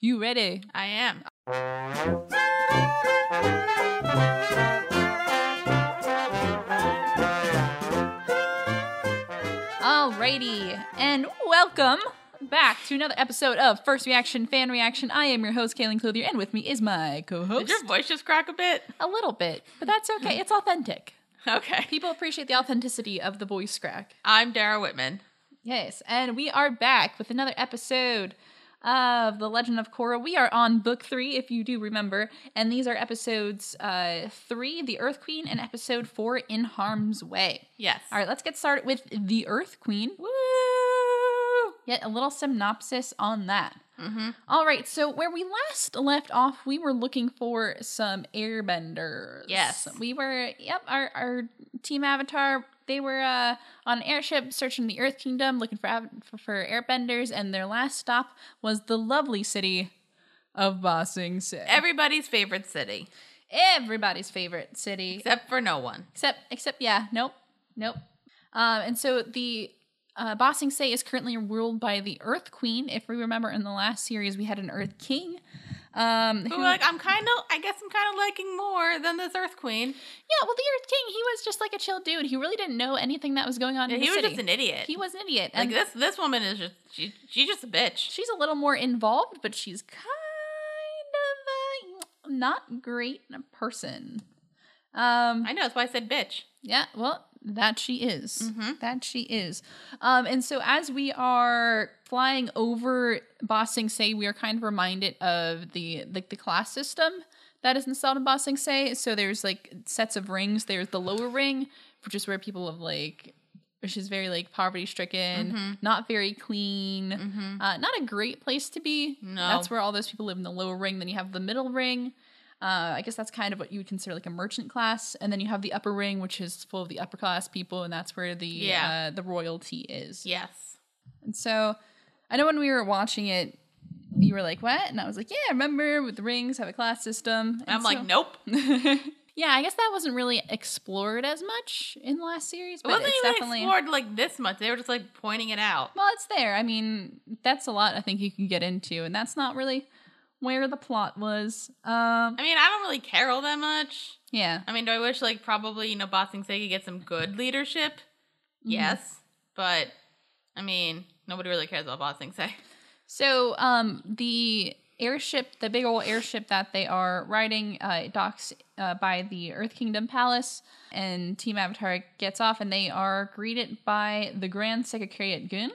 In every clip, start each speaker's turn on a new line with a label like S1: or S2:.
S1: You ready?
S2: I am. Alrighty, and welcome back to another episode of First Reaction Fan Reaction. I am your host, Kaylin Clothier, and with me is my co-host.
S1: Did your voice just crack a bit?
S2: a little bit, but that's okay. It's authentic.
S1: Okay.
S2: People appreciate the authenticity of the voice crack.
S1: I'm Dara Whitman.
S2: Yes, and we are back with another episode of The Legend of Korra. We are on book three, if you do remember, and these are episodes uh, three, The Earth Queen, and episode four, In Harm's Way.
S1: Yes.
S2: All right, let's get started with The Earth Queen.
S1: Woo!
S2: Yet a little synopsis on that.
S1: Mm-hmm.
S2: All right, so where we last left off, we were looking for some airbenders.
S1: Yes.
S2: We were, yep, our, our team Avatar, they were uh, on an airship searching the Earth Kingdom looking for, av- for, for airbenders, and their last stop was the lovely city of Ba Sing Se.
S1: Everybody's favorite city,
S2: Everybody's favorite city.
S1: except for no one.
S2: Except, except, yeah, nope, nope. Um, and so the uh, Ba Sing Se is currently ruled by the Earth Queen. If we remember in the last series, we had an Earth King. Um,
S1: Who
S2: who-
S1: like I'm kind of I guess I'm kind of liking more than this Earth Queen.
S2: yeah, well, the Earth King, he was just like a chill dude. He really didn't know anything that was going on.
S1: Yeah,
S2: in
S1: he
S2: the
S1: was
S2: city.
S1: just an idiot.
S2: He was an idiot,
S1: like
S2: and
S1: this this woman is just she, she's just a bitch.
S2: she's a little more involved, but she's kind of a not great person. Um,
S1: I know that's why I said bitch.
S2: Yeah, well, that she is.
S1: Mhm.
S2: That she is. Um, and so as we are flying over Ba Sing Se, we are kind of reminded of the like the class system that is installed in Ba Sing Se. So there's like sets of rings. There's the lower ring, which is where people of like which is very like poverty stricken, not very clean,
S1: Mm-hmm.
S2: uh, not a great place to be.
S1: No.
S2: That's where all those people live in the lower ring. Then you have the middle ring. Uh, I guess that's kind of what you would consider like a merchant class, and then you have the upper ring, which is full of the upper class people, and that's where the
S1: Yeah.
S2: uh, the royalty is.
S1: Yes.
S2: And so, I know when we were watching it, you were like, "What?" And I was like, "Yeah, remember with the rings have a class system." And
S1: I'm like
S2: so-
S1: nope.
S2: yeah, I guess that wasn't really explored as much in the last series,
S1: It
S2: but
S1: wasn't
S2: it's
S1: even
S2: definitely
S1: explored like this much. They were just like pointing it out.
S2: Well, it's there. I mean, that's a lot I think you can get into, and that's not really where the plot was. Um,
S1: I mean, I don't really care all that much.
S2: yeah.
S1: I mean, do I wish like probably you know Bossing Sega get some good leadership?
S2: Mm-hmm.
S1: Yes, but I mean, nobody really cares about Bossing Say.
S2: So um, the airship, the big old airship that they are riding, uh, it docks uh, by the Earth Kingdom Palace, and Team Avatar gets off, and they are greeted by the Grand Secretariat Gun.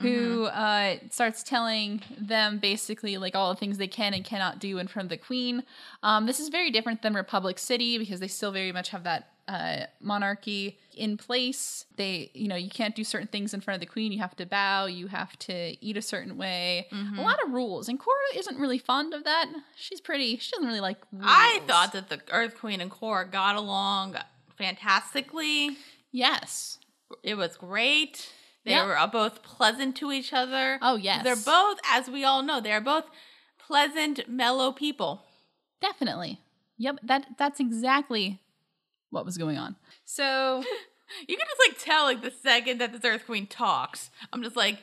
S1: Mm-hmm.
S2: Who uh, starts telling them basically like all the things they can and cannot do in front of the queen? Um, this is very different than Republic City because they still very much have that uh, monarchy in place. They, you know, you can't do certain things in front of the queen. You have to bow. You have to eat a certain way.
S1: Mm-hmm.
S2: A lot of rules, and Cora isn't really fond of that. She's pretty. She doesn't really like. Rules.
S1: I thought that the Earth Queen and Korra got along fantastically.
S2: Yes.
S1: It was great. They
S2: Yeah.
S1: were both pleasant to each other.
S2: Oh yes.
S1: They're both, as we all know, they're both pleasant, mellow people.
S2: definitely. Yep. That that's exactly what was going on. So
S1: You can just like tell like the second that this Earth Queen talks. I'm just like,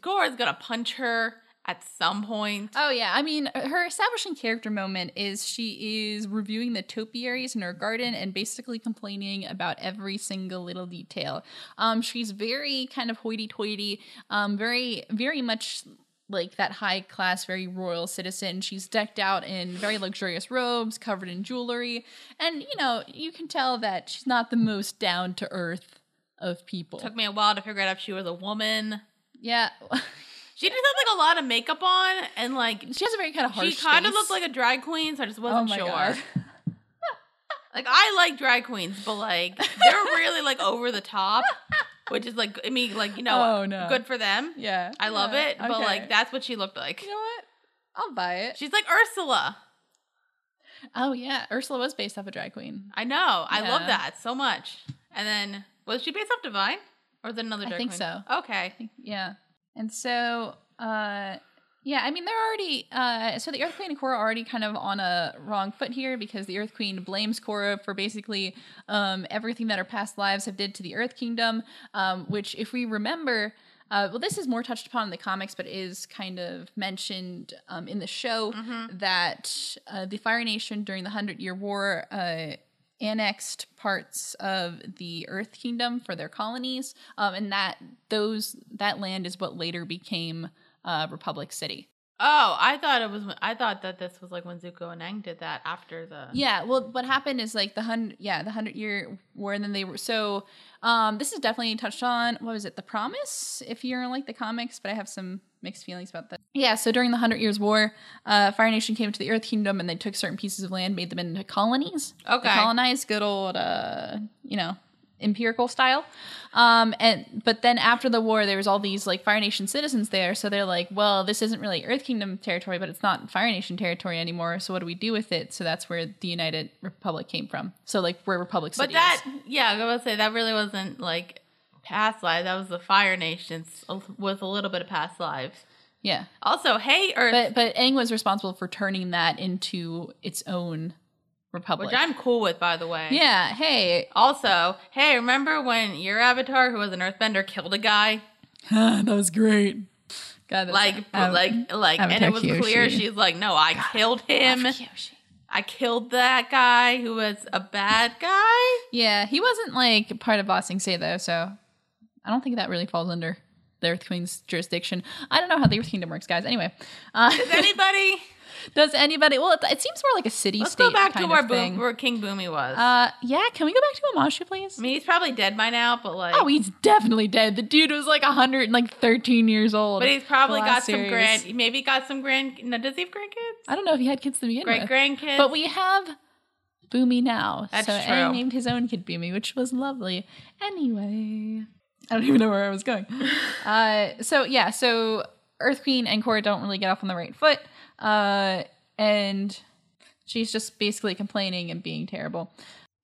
S1: Korra's gonna punch her at some point.
S2: Oh yeah, I mean, her establishing character moment is she is reviewing the topiaries in her garden and basically complaining about every single little detail. Um, she's very kind of hoity-toity, um, very, very much like that high class, very royal citizen. She's decked out in very luxurious robes, covered in jewelry, and you know you can tell that she's not the most down to earth of people.
S1: Took me a while to figure out if she was a woman.
S2: yeah,
S1: She just had like a lot of makeup on and like
S2: she has a very kind of harsh.
S1: she kind of
S2: face. Oh
S1: looked like a drag queen, so I just wasn't
S2: my
S1: sure.
S2: God.
S1: Like I like drag queens, but like they're really like over the top, which is like I mean like you know uh,
S2: Oh, no.
S1: good for them.
S2: yeah,
S1: I love
S2: yeah,
S1: it, but
S2: okay.
S1: like that's what she looked like.
S2: You know what? I'll buy it.
S1: She's like Ursula.
S2: Oh yeah, Ursula was based off a drag queen.
S1: I know. I love
S2: Yeah.
S1: that so much. And then was she based off Divine or was it another
S2: I
S1: drag
S2: think
S1: queen?
S2: so.
S1: Okay.
S2: Yeah, and so uh, yeah, I mean they're already uh, so the Earth Queen and Korra are already kind of on a wrong foot here because the Earth Queen blames Korra for basically um, everything that her past lives have did to the Earth Kingdom, um, which if we remember. Uh, well, this is more touched upon in the comics, but is kind of mentioned um, in the show that uh, the Fire Nation during the Hundred Year War uh, annexed parts of the Earth Kingdom for their colonies, um, and that those that land is what later became uh, Republic City.
S1: Oh, I thought it was. When, I thought that this was like when Zuko and Aang did that after the.
S2: Yeah, well, what happened is like the hundred, yeah, the hundred year war, and then they were so. Um, this is definitely touched on. What was it? The Promise, if you're like the comics, but I have some mixed feelings about that. Yeah, so during the Hundred Years' War, uh, Fire Nation came into the Earth Kingdom and they took certain pieces of land, made them into colonies.
S1: Okay.
S2: they colonized good old, uh, you know, empirical style. Um, and but then after the war, there was all these like Fire Nation citizens there, so they're like, well, this isn't really Earth Kingdom territory, but it's not Fire Nation territory anymore. So what do we do with it? So that's where the United Republic came from. So like where Republic City.
S1: But
S2: is.
S1: that, yeah, I was gonna say that really wasn't like past lives. That was the Fire Nations with a little bit of past lives.
S2: yeah.
S1: Also, hey
S2: But
S1: Earth,
S2: but Aang was responsible for turning that into its own republic.
S1: which I'm cool with, by the way.
S2: yeah. Hey,
S1: Also, hey, remember when your avatar, who was an Earthbender, killed a guy?
S2: that was great. God, that's
S1: Like,
S2: Av-
S1: like, like, and
S2: Avatar
S1: it was clear.
S2: Kyoshi.
S1: She's like, no, I killed him.
S2: Kyoshi.
S1: I killed that guy who was a bad guy.
S2: Yeah, he wasn't like part of Bossing Say though, so I don't think that really falls under the Earth Queen's jurisdiction. I don't know how the Earth Kingdom works, guys. Anyway, uh,
S1: Does anybody?
S2: does anybody? Well, it, it seems more like a city
S1: Let's
S2: state.
S1: go back to
S2: kind
S1: where,
S2: of thing.
S1: Boom, where King Boomy was.
S2: Uh, yeah, can we go back to Amashu, please?
S1: I mean, he's probably dead by now, but like,
S2: Oh, he's definitely dead. The dude was like 113 years old.
S1: but he's probably
S2: the
S1: got
S2: last
S1: some
S2: series.
S1: grand. Maybe got some grand. No, does he have grandkids?
S2: I don't know if he had kids to begin
S1: Great
S2: with.
S1: grandkids.
S2: But we have Boomy now.
S1: That's
S2: so
S1: true.
S2: Aang named his own kid Boomy, which was lovely. Anyway, I don't even know where I was going. uh, so yeah, so Earth Queen and Korra don't really get off on the right foot, uh, and she's just basically complaining and being terrible.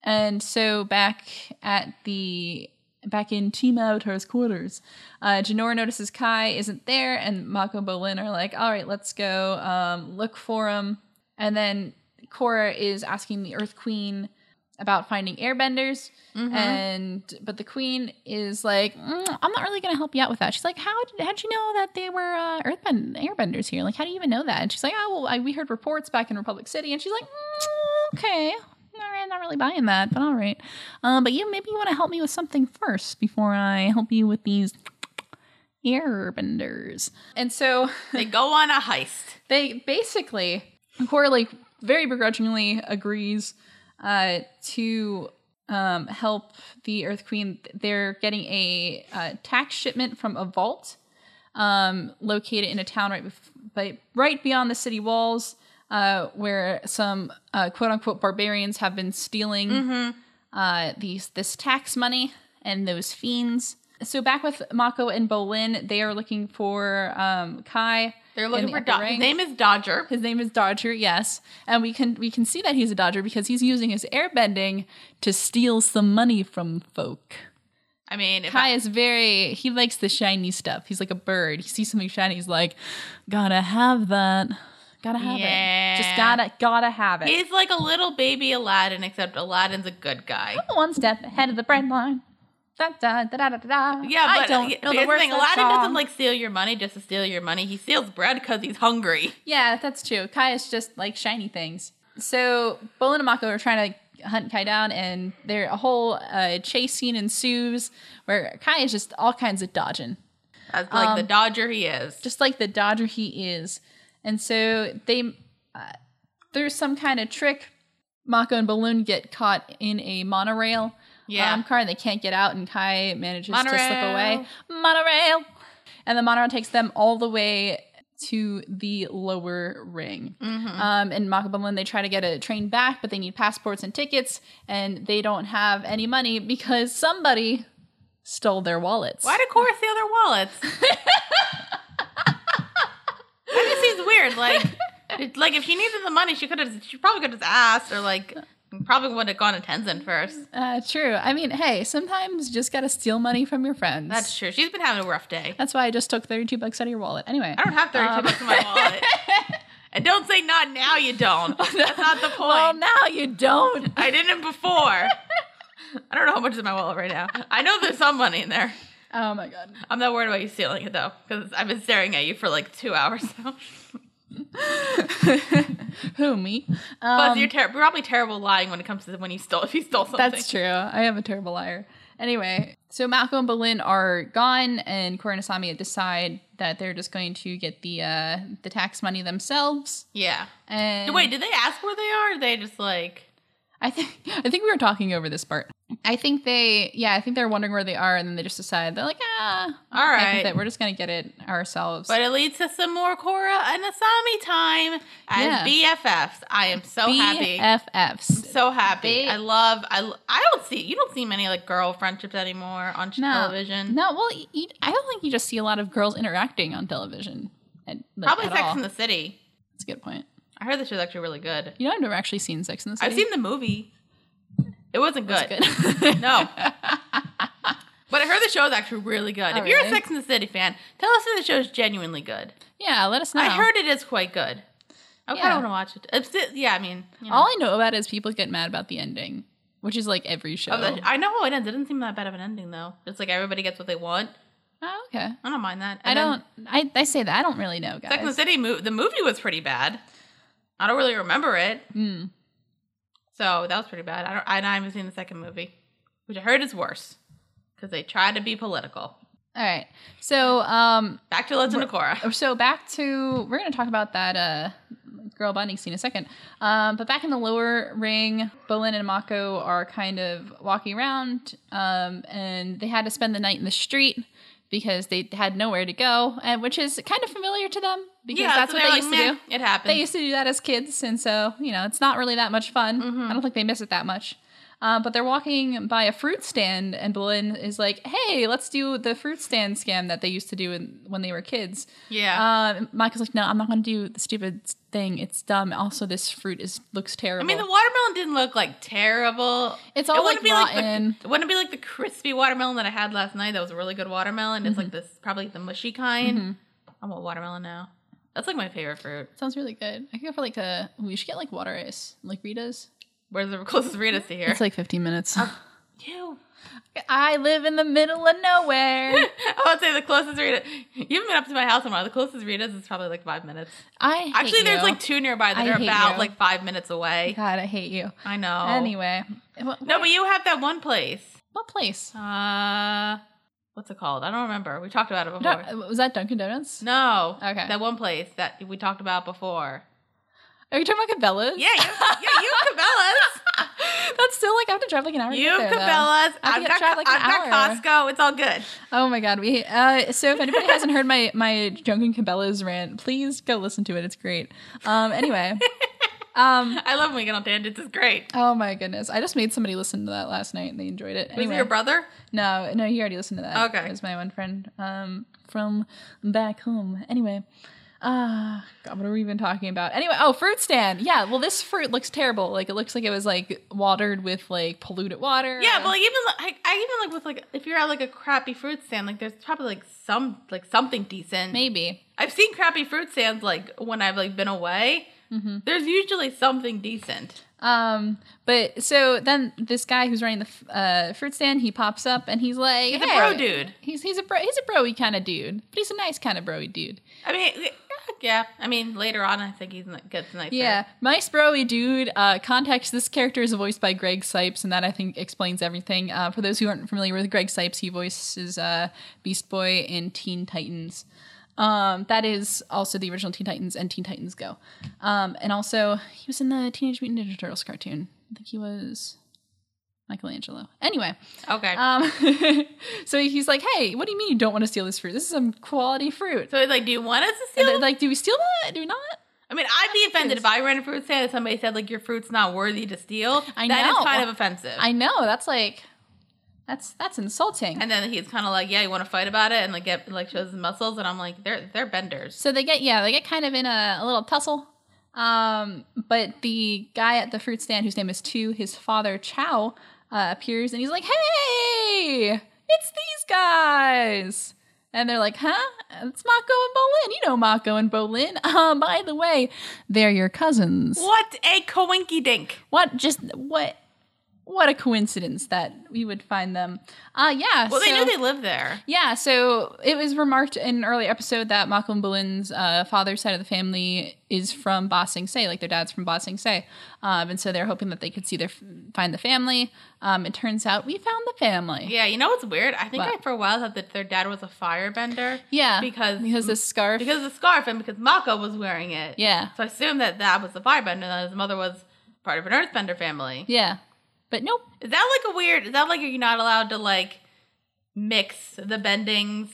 S2: And so back at the back in Team Avatar's quarters, uh, Janora notices Kai isn't there, and Mako and Bolin are like, "All right, let's go um, look for him." And then Korra is asking the Earth Queen about finding airbenders and but the queen is like "Mm, i'm not really gonna help you out with that she's like how did how'd you know that they were uh earthbend airbenders here like how do you even know that and she's like oh well I, we heard reports back in republic city and she's like "Mm, okay all right not really buying that but all right um but you maybe you want to help me with something first before i help you with these airbenders and so
S1: they go on a heist.
S2: they basically Cora like very begrudgingly agrees uh, to um, help the Earth Queen. They're getting a uh, tax shipment from a vault um, located in a town right, bef- by, right beyond the city walls, uh, where some uh, quote unquote barbarians have been stealing
S1: Mm-hmm.
S2: uh, these this tax money and those fiends. So back with Mako and Bolin, they are looking for um, Kai.
S1: They're
S2: in
S1: looking
S2: the
S1: for
S2: upper
S1: Dodger. His
S2: ranks.
S1: name is Dodger.
S2: His name is Dodger, yes, and we can we can see that he's a Dodger because he's using his airbending to steal some money from folk.
S1: I mean, if
S2: Kai
S1: I,
S2: is very he likes the shiny stuff. He's like a bird. He sees something shiny, he's like, gotta have that, gotta have it, just
S1: Yeah.
S2: gotta gotta have it.
S1: he's like a little baby Aladdin, except Aladdin's a good guy.
S2: One step ahead of the bread line. Da, da, da, da, da, da.
S1: Yeah, but
S2: I don't
S1: yeah,
S2: know
S1: here's
S2: the words
S1: thing,
S2: to that
S1: Aladdin
S2: song.
S1: doesn't like steal your money just to steal your money. He steals bread because he's hungry.
S2: Yeah, that's true. Kai is just like shiny things. So Bolin and Mako are trying to hunt Kai down, and there a whole uh, chase scene ensues where Kai is just all kinds of dodging,
S1: That's like
S2: Um,
S1: the Dodger he is.
S2: just like the dodger he is. And so they, uh, there's some kind of trick. Mako and Balloon get caught in a monorail
S1: Yeah.
S2: um, car, and they can't get out, and Kai manages to slip
S1: Monorail.
S2: away. Monorail, and the monorail takes them all the way to the lower ring.
S1: Mm-hmm.
S2: Um, and Makabalan, they try to get a train back, but they need passports and tickets, and they don't have any money because somebody stole their wallets.
S1: Why did Cora steal their wallets? that just seems weird. Like, it- like if she needed the money, she could have. She probably could have asked, or like, probably would have gone to Tenzin first.
S2: Uh, true. I mean, hey, sometimes you just gotta steal money from your friends.
S1: That's true. She's been having a rough day.
S2: That's why I just took 32 bucks out of your wallet. Anyway.
S1: I don't have thirty-two
S2: Um,
S1: bucks in my wallet. And don't say not now. You don't. That's not the point.
S2: Well, now you don't.
S1: I didn't before. I don't know how much is in my wallet right now. I know there's some money in there.
S2: Oh my god.
S1: I'm not worried about you stealing it though, because I've been staring at you for like two hours Oh, now.
S2: Who me?
S1: Plus,
S2: Um,
S1: you're ter- probably terrible lying when it comes to when you stole. If you stole something,
S2: That's true. I am a terrible liar. Anyway, so Malcolm and Boleyn are gone, and Cora and Asami decide that they're just going to get the uh, the tax money themselves.
S1: yeah.
S2: And
S1: Wait, did they ask where they are? Or they just like
S2: I think I think we were talking over this part. I think they, yeah, I think they're wondering where they are, and then they just decide they're like, ah,
S1: all
S2: I think
S1: right.
S2: that we're just gonna get it ourselves.
S1: But it leads to some more Cora and Asami time as BFFs. I am so happy.
S2: BFFs.
S1: So happy.
S2: They-
S1: I love. I. l- I don't see. You don't see many like girl friendships anymore on ch-
S2: No.
S1: television.
S2: No, well, you- you- I don't think you just see a lot of girls interacting on television. At, like,
S1: Probably
S2: at
S1: Sex
S2: all.
S1: in the City.
S2: That's a good point.
S1: I heard this show's actually really good.
S2: You know, I've never actually seen Sex in the City.
S1: I've seen the movie. It wasn't good.
S2: That's good.
S1: No. But I heard the show's actually really good. if
S2: Oh,
S1: you're a
S2: really?
S1: Sex and the City fan, tell us if the show's genuinely good.
S2: yeah, let us know.
S1: I heard it is quite good. I
S2: Yeah.
S1: kind of want to watch it. It's sti- yeah, I mean, you know.
S2: All I know about is people get mad about the ending, which is like every show.
S1: Of the- I know how it ends. It doesn't seem that bad of an ending though. It's like everybody gets what they want.
S2: oh, okay.
S1: I don't mind that.
S2: I
S1: And then
S2: don't. I, I say that I don't really know, guys.
S1: Sex and the City movie. The movie was pretty bad. I don't really remember it,
S2: Mm.
S1: so that was pretty bad. I don't. I, I haven't seen the second movie, which I heard is worse because they try to be political.
S2: All right. So, um,
S1: Back to Legend of Korra.
S2: Oh, so back to we're going to talk about that uh girl bonding scene in a second. Um, but back in the lower ring, Bolin and Mako are kind of walking around, um, and they had to spend the night in the street because they had nowhere to go, and which is kind of familiar to them because that's
S1: so
S2: what
S1: they're
S2: they
S1: like,
S2: used to
S1: "Meh,
S2: do.
S1: It happened.
S2: they used to do that as kids, and so you know it's not really that much fun.
S1: Mm-hmm.
S2: I don't think they miss it that much. Um, but they're walking by a fruit stand, and Boleyn is like, "Hey, let's do the fruit stand scam that they used to do in, when they were kids."
S1: yeah.
S2: Um, Michael's like, "No, I'm not going to do the stupid thing. It's dumb. Also, this fruit is looks
S1: I
S2: terrible."
S1: mean, the watermelon didn't look like terrible.
S2: It's all,
S1: wouldn't
S2: like, rotten.
S1: the, it wouldn't be like the crispy watermelon that I had last night. That was a really good watermelon. It's
S2: Mm-hmm.
S1: like this, probably the mushy kind. I want watermelon now. That's like my favorite fruit.
S2: sounds really good. I could go for like a. We should get like water ice, like Rita's.
S1: Where's the closest Rita's to here?
S2: It's like 15 minutes.
S1: you.
S2: I live in the middle of nowhere.
S1: I would say the closest Rita. You haven't been up to my house in a while. The closest Rita's is probably like five minutes.
S2: I hate
S1: Actually, there's
S2: you.
S1: like two nearby that
S2: I
S1: are
S2: hate
S1: about
S2: you.
S1: like five minutes away.
S2: God, I hate you.
S1: I know.
S2: Anyway, what,
S1: Oh. No, Oh. but you have that one place.
S2: what place?
S1: Uh, what's it called? I don't remember. We talked about it before.
S2: Dun- uh, was that Dunkin' Donuts?
S1: No.
S2: Okay.
S1: That one place that we talked about before.
S2: Are you talking about Cabela's?
S1: Yeah, you, yeah, you have Cabela's.
S2: That's still like I have to drive like an hour. to
S1: You
S2: get
S1: have
S2: there, though.
S1: Cabela's.
S2: I have
S1: I've
S2: to
S1: got,
S2: drive like an
S1: I've
S2: hour.
S1: got Costco. It's all good.
S2: Oh my god, we. Uh, so if anybody hasn't heard my my Dunkin' Cabela's rant, please go listen to it. It's great. Um. Anyway. um.
S1: I love when we get on tangents. It's great.
S2: Oh my goodness! I just made somebody listen to that last night, and they enjoyed it.
S1: Was it
S2: Anyway,
S1: your brother?
S2: no, no, he already listened to that.
S1: Okay.
S2: it was my one friend um from back home. Anyway, ah, God, what are we even talking about? Anyway, oh, fruit stand. Yeah, well, this fruit looks terrible. Like it looks like it was like watered with like polluted water.
S1: Yeah, but like even like I, I even like with like if you're at like a crappy fruit stand, like there's probably like some like something decent.
S2: maybe.
S1: I've seen crappy fruit stands like when I've like been away.
S2: Mm-hmm.
S1: There's usually something decent.
S2: Um, but so then this guy who's running the f- uh, fruit stand, he pops up and he's like,
S1: He's
S2: "Hey."
S1: a bro dude.
S2: He's he's a bro he's a broy kind of dude, but he's a nice kind of broy dude.
S1: I mean, yeah. I mean, later on, I think he's gets nicer.
S2: Yeah, nice broy dude. Uh, context: This character is voiced by Greg Sipes, and that I think explains everything. Uh, for those who aren't familiar with Greg Sipes, he voices uh, Beast Boy in Teen Titans. Um, that is also the original Teen Titans and Teen Titans Go, um, and also he was in the Teenage Mutant Ninja Turtles cartoon. I think he was Michelangelo. Anyway,
S1: Okay.
S2: um, so he's like, "Hey, what do you mean you don't want to steal this fruit? This is some quality fruit."
S1: so he's like, "Do you want us to
S2: And
S1: steal?"
S2: they're like, "Do we steal that? Do we not?"
S1: I mean, I'd be offended if I ran a fruit stand and somebody said like your fruit's not worthy to steal.
S2: I
S1: That is
S2: know.
S1: kind of offensive.
S2: I know. That's like, that's that's insulting.
S1: and then he's kind of like, "Yeah, you want to fight about it?" And like get like shows his muscles, and I'm like, "They're they're benders."
S2: so they get yeah, they get kind of in a, a little tussle. Um, but the guy at the fruit stand, whose name is Two, his father Chow uh, appears and he's like, "Hey, it's these guys." And they're like, huh? It's Mako and Bolin. You know Mako and Bolin. Um, by the way, they're your cousins.
S1: What a coinky dink!
S2: What? Just what? what a coincidence that we would find them. Uh yeah.
S1: Well, they
S2: so-
S1: knew they lived there.
S2: yeah, so it was remarked in an early episode that Malcolm Bullen's uh, father's side of the family is from Ba Sing Se, like their dad's from Ba Sing Se. Um, and so they're hoping that they could see their find the family. Um, it turns out we found the family.
S1: Yeah, you know what's weird? I think
S2: What?
S1: I for a while thought that their dad was a firebender
S2: Yeah.
S1: because
S2: because the scarf.
S1: because of the scarf and because Mako was wearing it.
S2: yeah.
S1: So I assumed that that was the firebender and that his mother was part of an earthbender family.
S2: Yeah. But nope.
S1: Is that like a weird? Is that like you're not allowed to like mix the bendings?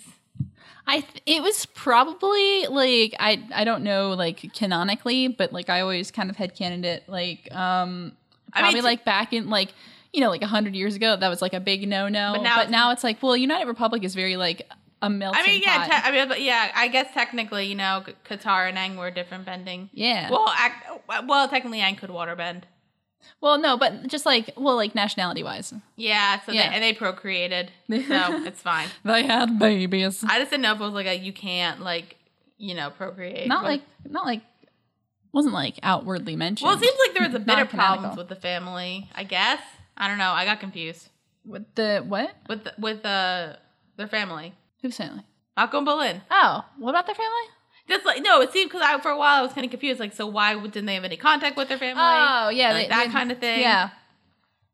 S2: I th- it was probably like I I don't know like canonically, but like I always kind of had candidate like um
S1: I
S2: probably
S1: mean, t-
S2: like back in like you know like hundred years ago that was like a big no no.
S1: But
S2: But,
S1: now it's-
S2: now it's like well, United Republic is very like a melting
S1: I mean, yeah,
S2: pot.
S1: te- I mean, but yeah, I guess technically, you know, K- Qatar and Aang were different bending.
S2: yeah. Well,
S1: Well, ac- well, technically, Aang could water bend.
S2: no, but just like well, like nationality wise,
S1: Yeah, so
S2: Yeah.
S1: They, and they procreated, so it's fine.
S2: they had babies.
S1: I just didn't know if it was like a you can't like you know procreate.
S2: Not
S1: Well,
S2: like not like wasn't like outwardly mentioned.
S1: well, it seems like there was a bit of
S2: Non-canonical.
S1: problems with the family. I guess I don't know. I got confused
S2: with the what?
S1: with the, with uh, their family.
S2: Who's family?
S1: Malcolm Bolin.
S2: Oh, what about their family?
S1: That's like no, it seemed because I for a while I was kind of confused. Like, so why would- didn't they have any contact with their family?
S2: Oh, yeah,
S1: like
S2: they-
S1: that
S2: they-
S1: kind of thing.
S2: Yeah.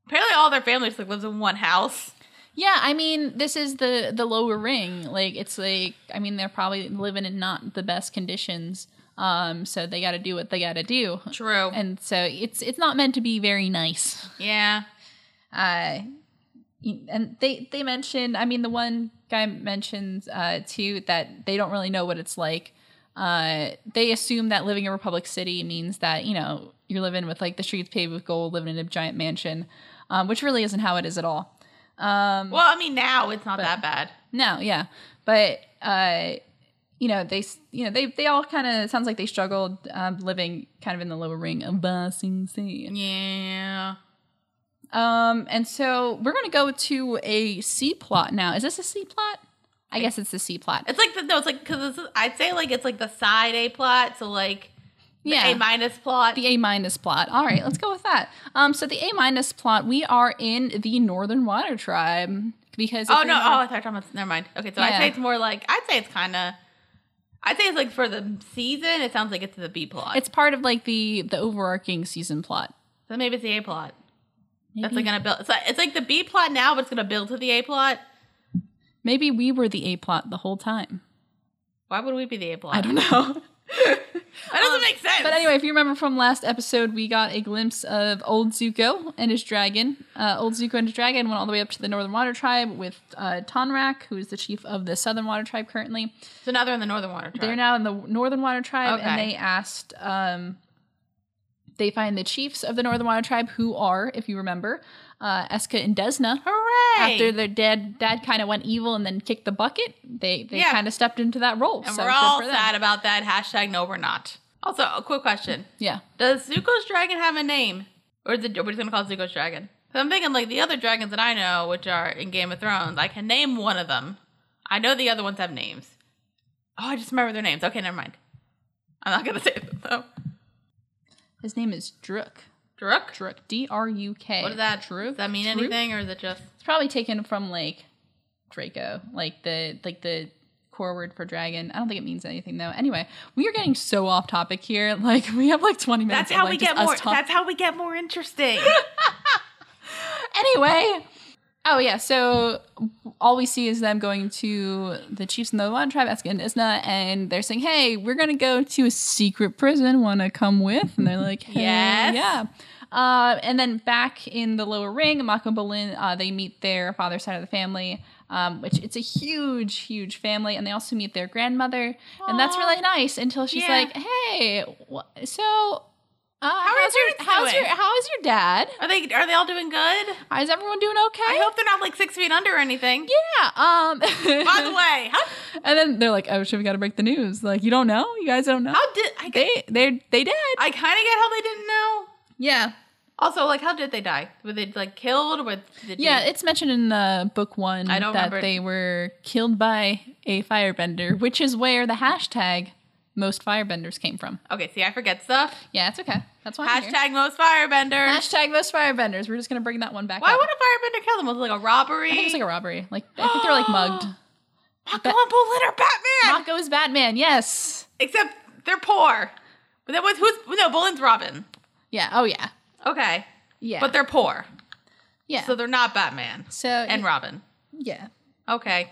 S1: apparently all their family just like lives in one house.
S2: Yeah, I mean, this is the the lower ring. Like it's like I mean, they're probably living in not the best conditions. Um, so they got to do what they got to do.
S1: True.
S2: And so it's it's not meant to be very nice.
S1: yeah.
S2: Uh and they they mentioned, I mean, the one guy mentions uh too that they don't really know what it's like. Uh they assume that living in Republic City means that, you know, you're living with like the streets paved with gold, living in a giant mansion, um, which really isn't how it is at all. Um
S1: Well, I mean, now it's not that bad.
S2: no, yeah, but uh, you know they, s- you know they, they all kind of sounds like they struggled um, living kind of in the lower ring of Ba Sing Se.
S1: Yeah.
S2: Um, and so we're gonna go to a C plot now. Is this a C plot? I guess it's the C plot.
S1: It's like the, no, it's like because I'd say like it's like the side A plot, so like the
S2: Yeah.
S1: A minus plot.
S2: The A minus plot. All right, let's go with that. Um, so the A minus plot. We are in the Northern Water Tribe because if
S1: oh
S2: you
S1: no! Oh,
S2: remember-
S1: I thought you were talking about. Never mind. Okay, so I'd
S2: Yeah.
S1: say it's more like I'd say it's kind of. I'd say it's like for the season. It sounds like it's the B plot.
S2: it's part of like the the overarching season plot.
S1: so maybe it's the A plot. That's
S2: Maybe-
S1: like gonna build. So it's like the B plot now, but it's gonna build to the A plot.
S2: maybe we were the A plot the whole time.
S1: Why would we be the A plot?
S2: I don't know.
S1: That doesn't make sense.
S2: But anyway, if you remember from last episode, we got a glimpse of old Zuko and his dragon. Uh, old Zuko and his dragon went all the way up to the Northern Water Tribe with uh, Tonrak, who is the chief of the Southern Water Tribe currently.
S1: so now they're in the Northern Water Tribe.
S2: They're now in the Northern Water Tribe, and
S1: Okay.
S2: they asked. Um, they find the chiefs of the Northern Water Tribe, who are, if you remember, uh, Eska and Desna.
S1: Hooray!
S2: After their dad dad kind of went evil and then kicked the bucket, they they
S1: Yeah.
S2: kind of stepped into that role.
S1: and
S2: so
S1: we're
S2: good
S1: all
S2: for them.
S1: sad about that. Hashtag no, we're not. Also, a quick question:
S2: Yeah.
S1: Does Zuko's dragon have a name, or is it we're just gonna call it Zuko's dragon? 'Cause I'm thinking like the other dragons that I know, which are in Game of Thrones, I can name one of them. I know the other ones have names. Oh, I just remember their names. Okay, never mind. I'm not gonna say them though.
S2: His name is Druk.
S1: Druk.
S2: Druk. D R U K.
S1: What is that?
S2: Druk.
S1: Does that mean
S2: Druk?
S1: anything, or is it just?
S2: It's probably taken from like Draco, like the like the core word for dragon. I don't think it means anything though. Anyway, we are getting so off topic here. Like we have like twenty minutes.
S1: That's
S2: of,
S1: how
S2: like,
S1: we
S2: just
S1: get more.
S2: us talk-
S1: That's how we get more interesting.
S2: anyway. Oh yeah, so all we see is them going to the chiefs in the one tribe, Eska and Isna, and they're saying, "Hey, we're gonna go to a secret prison. Want to come with?" And they're like, hey,
S1: Yes.
S2: yeah." Uh, and then back in the lower ring, Mako and Bolin, uh, they meet their father's side of the family, um, which it's a huge, huge family, and they also meet their grandmother, and that's
S1: Aw.
S2: really nice. Until she's
S1: Yeah.
S2: like, "Hey, wh- so uh, how
S1: your
S2: how's your
S1: parents
S2: how's
S1: doing?"
S2: your how is your dad?
S1: Are they are they all doing good?
S2: Is everyone doing okay?"
S1: I hope they're not like six feet under or anything.
S2: Yeah. Um.
S1: By the way, how,
S2: and then they're like, "Oh shit, we got to break the news." Like, you don't know? You guys don't know?
S1: how did I?
S2: they they they did.
S1: I kind of get how they didn't know.
S2: yeah.
S1: Also, like, how did they die? Were they like killed? With
S2: Yeah, it's mentioned in the book one
S1: I don't
S2: that
S1: remember.
S2: they were killed by a firebender, which is where the hashtag most firebenders came from.
S1: Okay, see, I forget stuff.
S2: Yeah, it's okay. That's why I'm here.
S1: Hashtag most firebenders.
S2: Hashtag most firebenders. We're just gonna bring that one back.
S1: Why
S2: up.
S1: would a firebender kill them? Was it like a robbery?
S2: I think it's like a robbery. Like I think they're like mugged.
S1: Mako and Bolin are Batman.
S2: Rocco's Batman. Yes.
S1: Except they're poor. But that was who's no Bolin's Robin.
S2: Yeah. Oh yeah.
S1: Okay,
S2: Yeah.
S1: but they're poor,
S2: yeah.
S1: so they're not Batman
S2: so
S1: and Robin.
S2: yeah.
S1: Okay,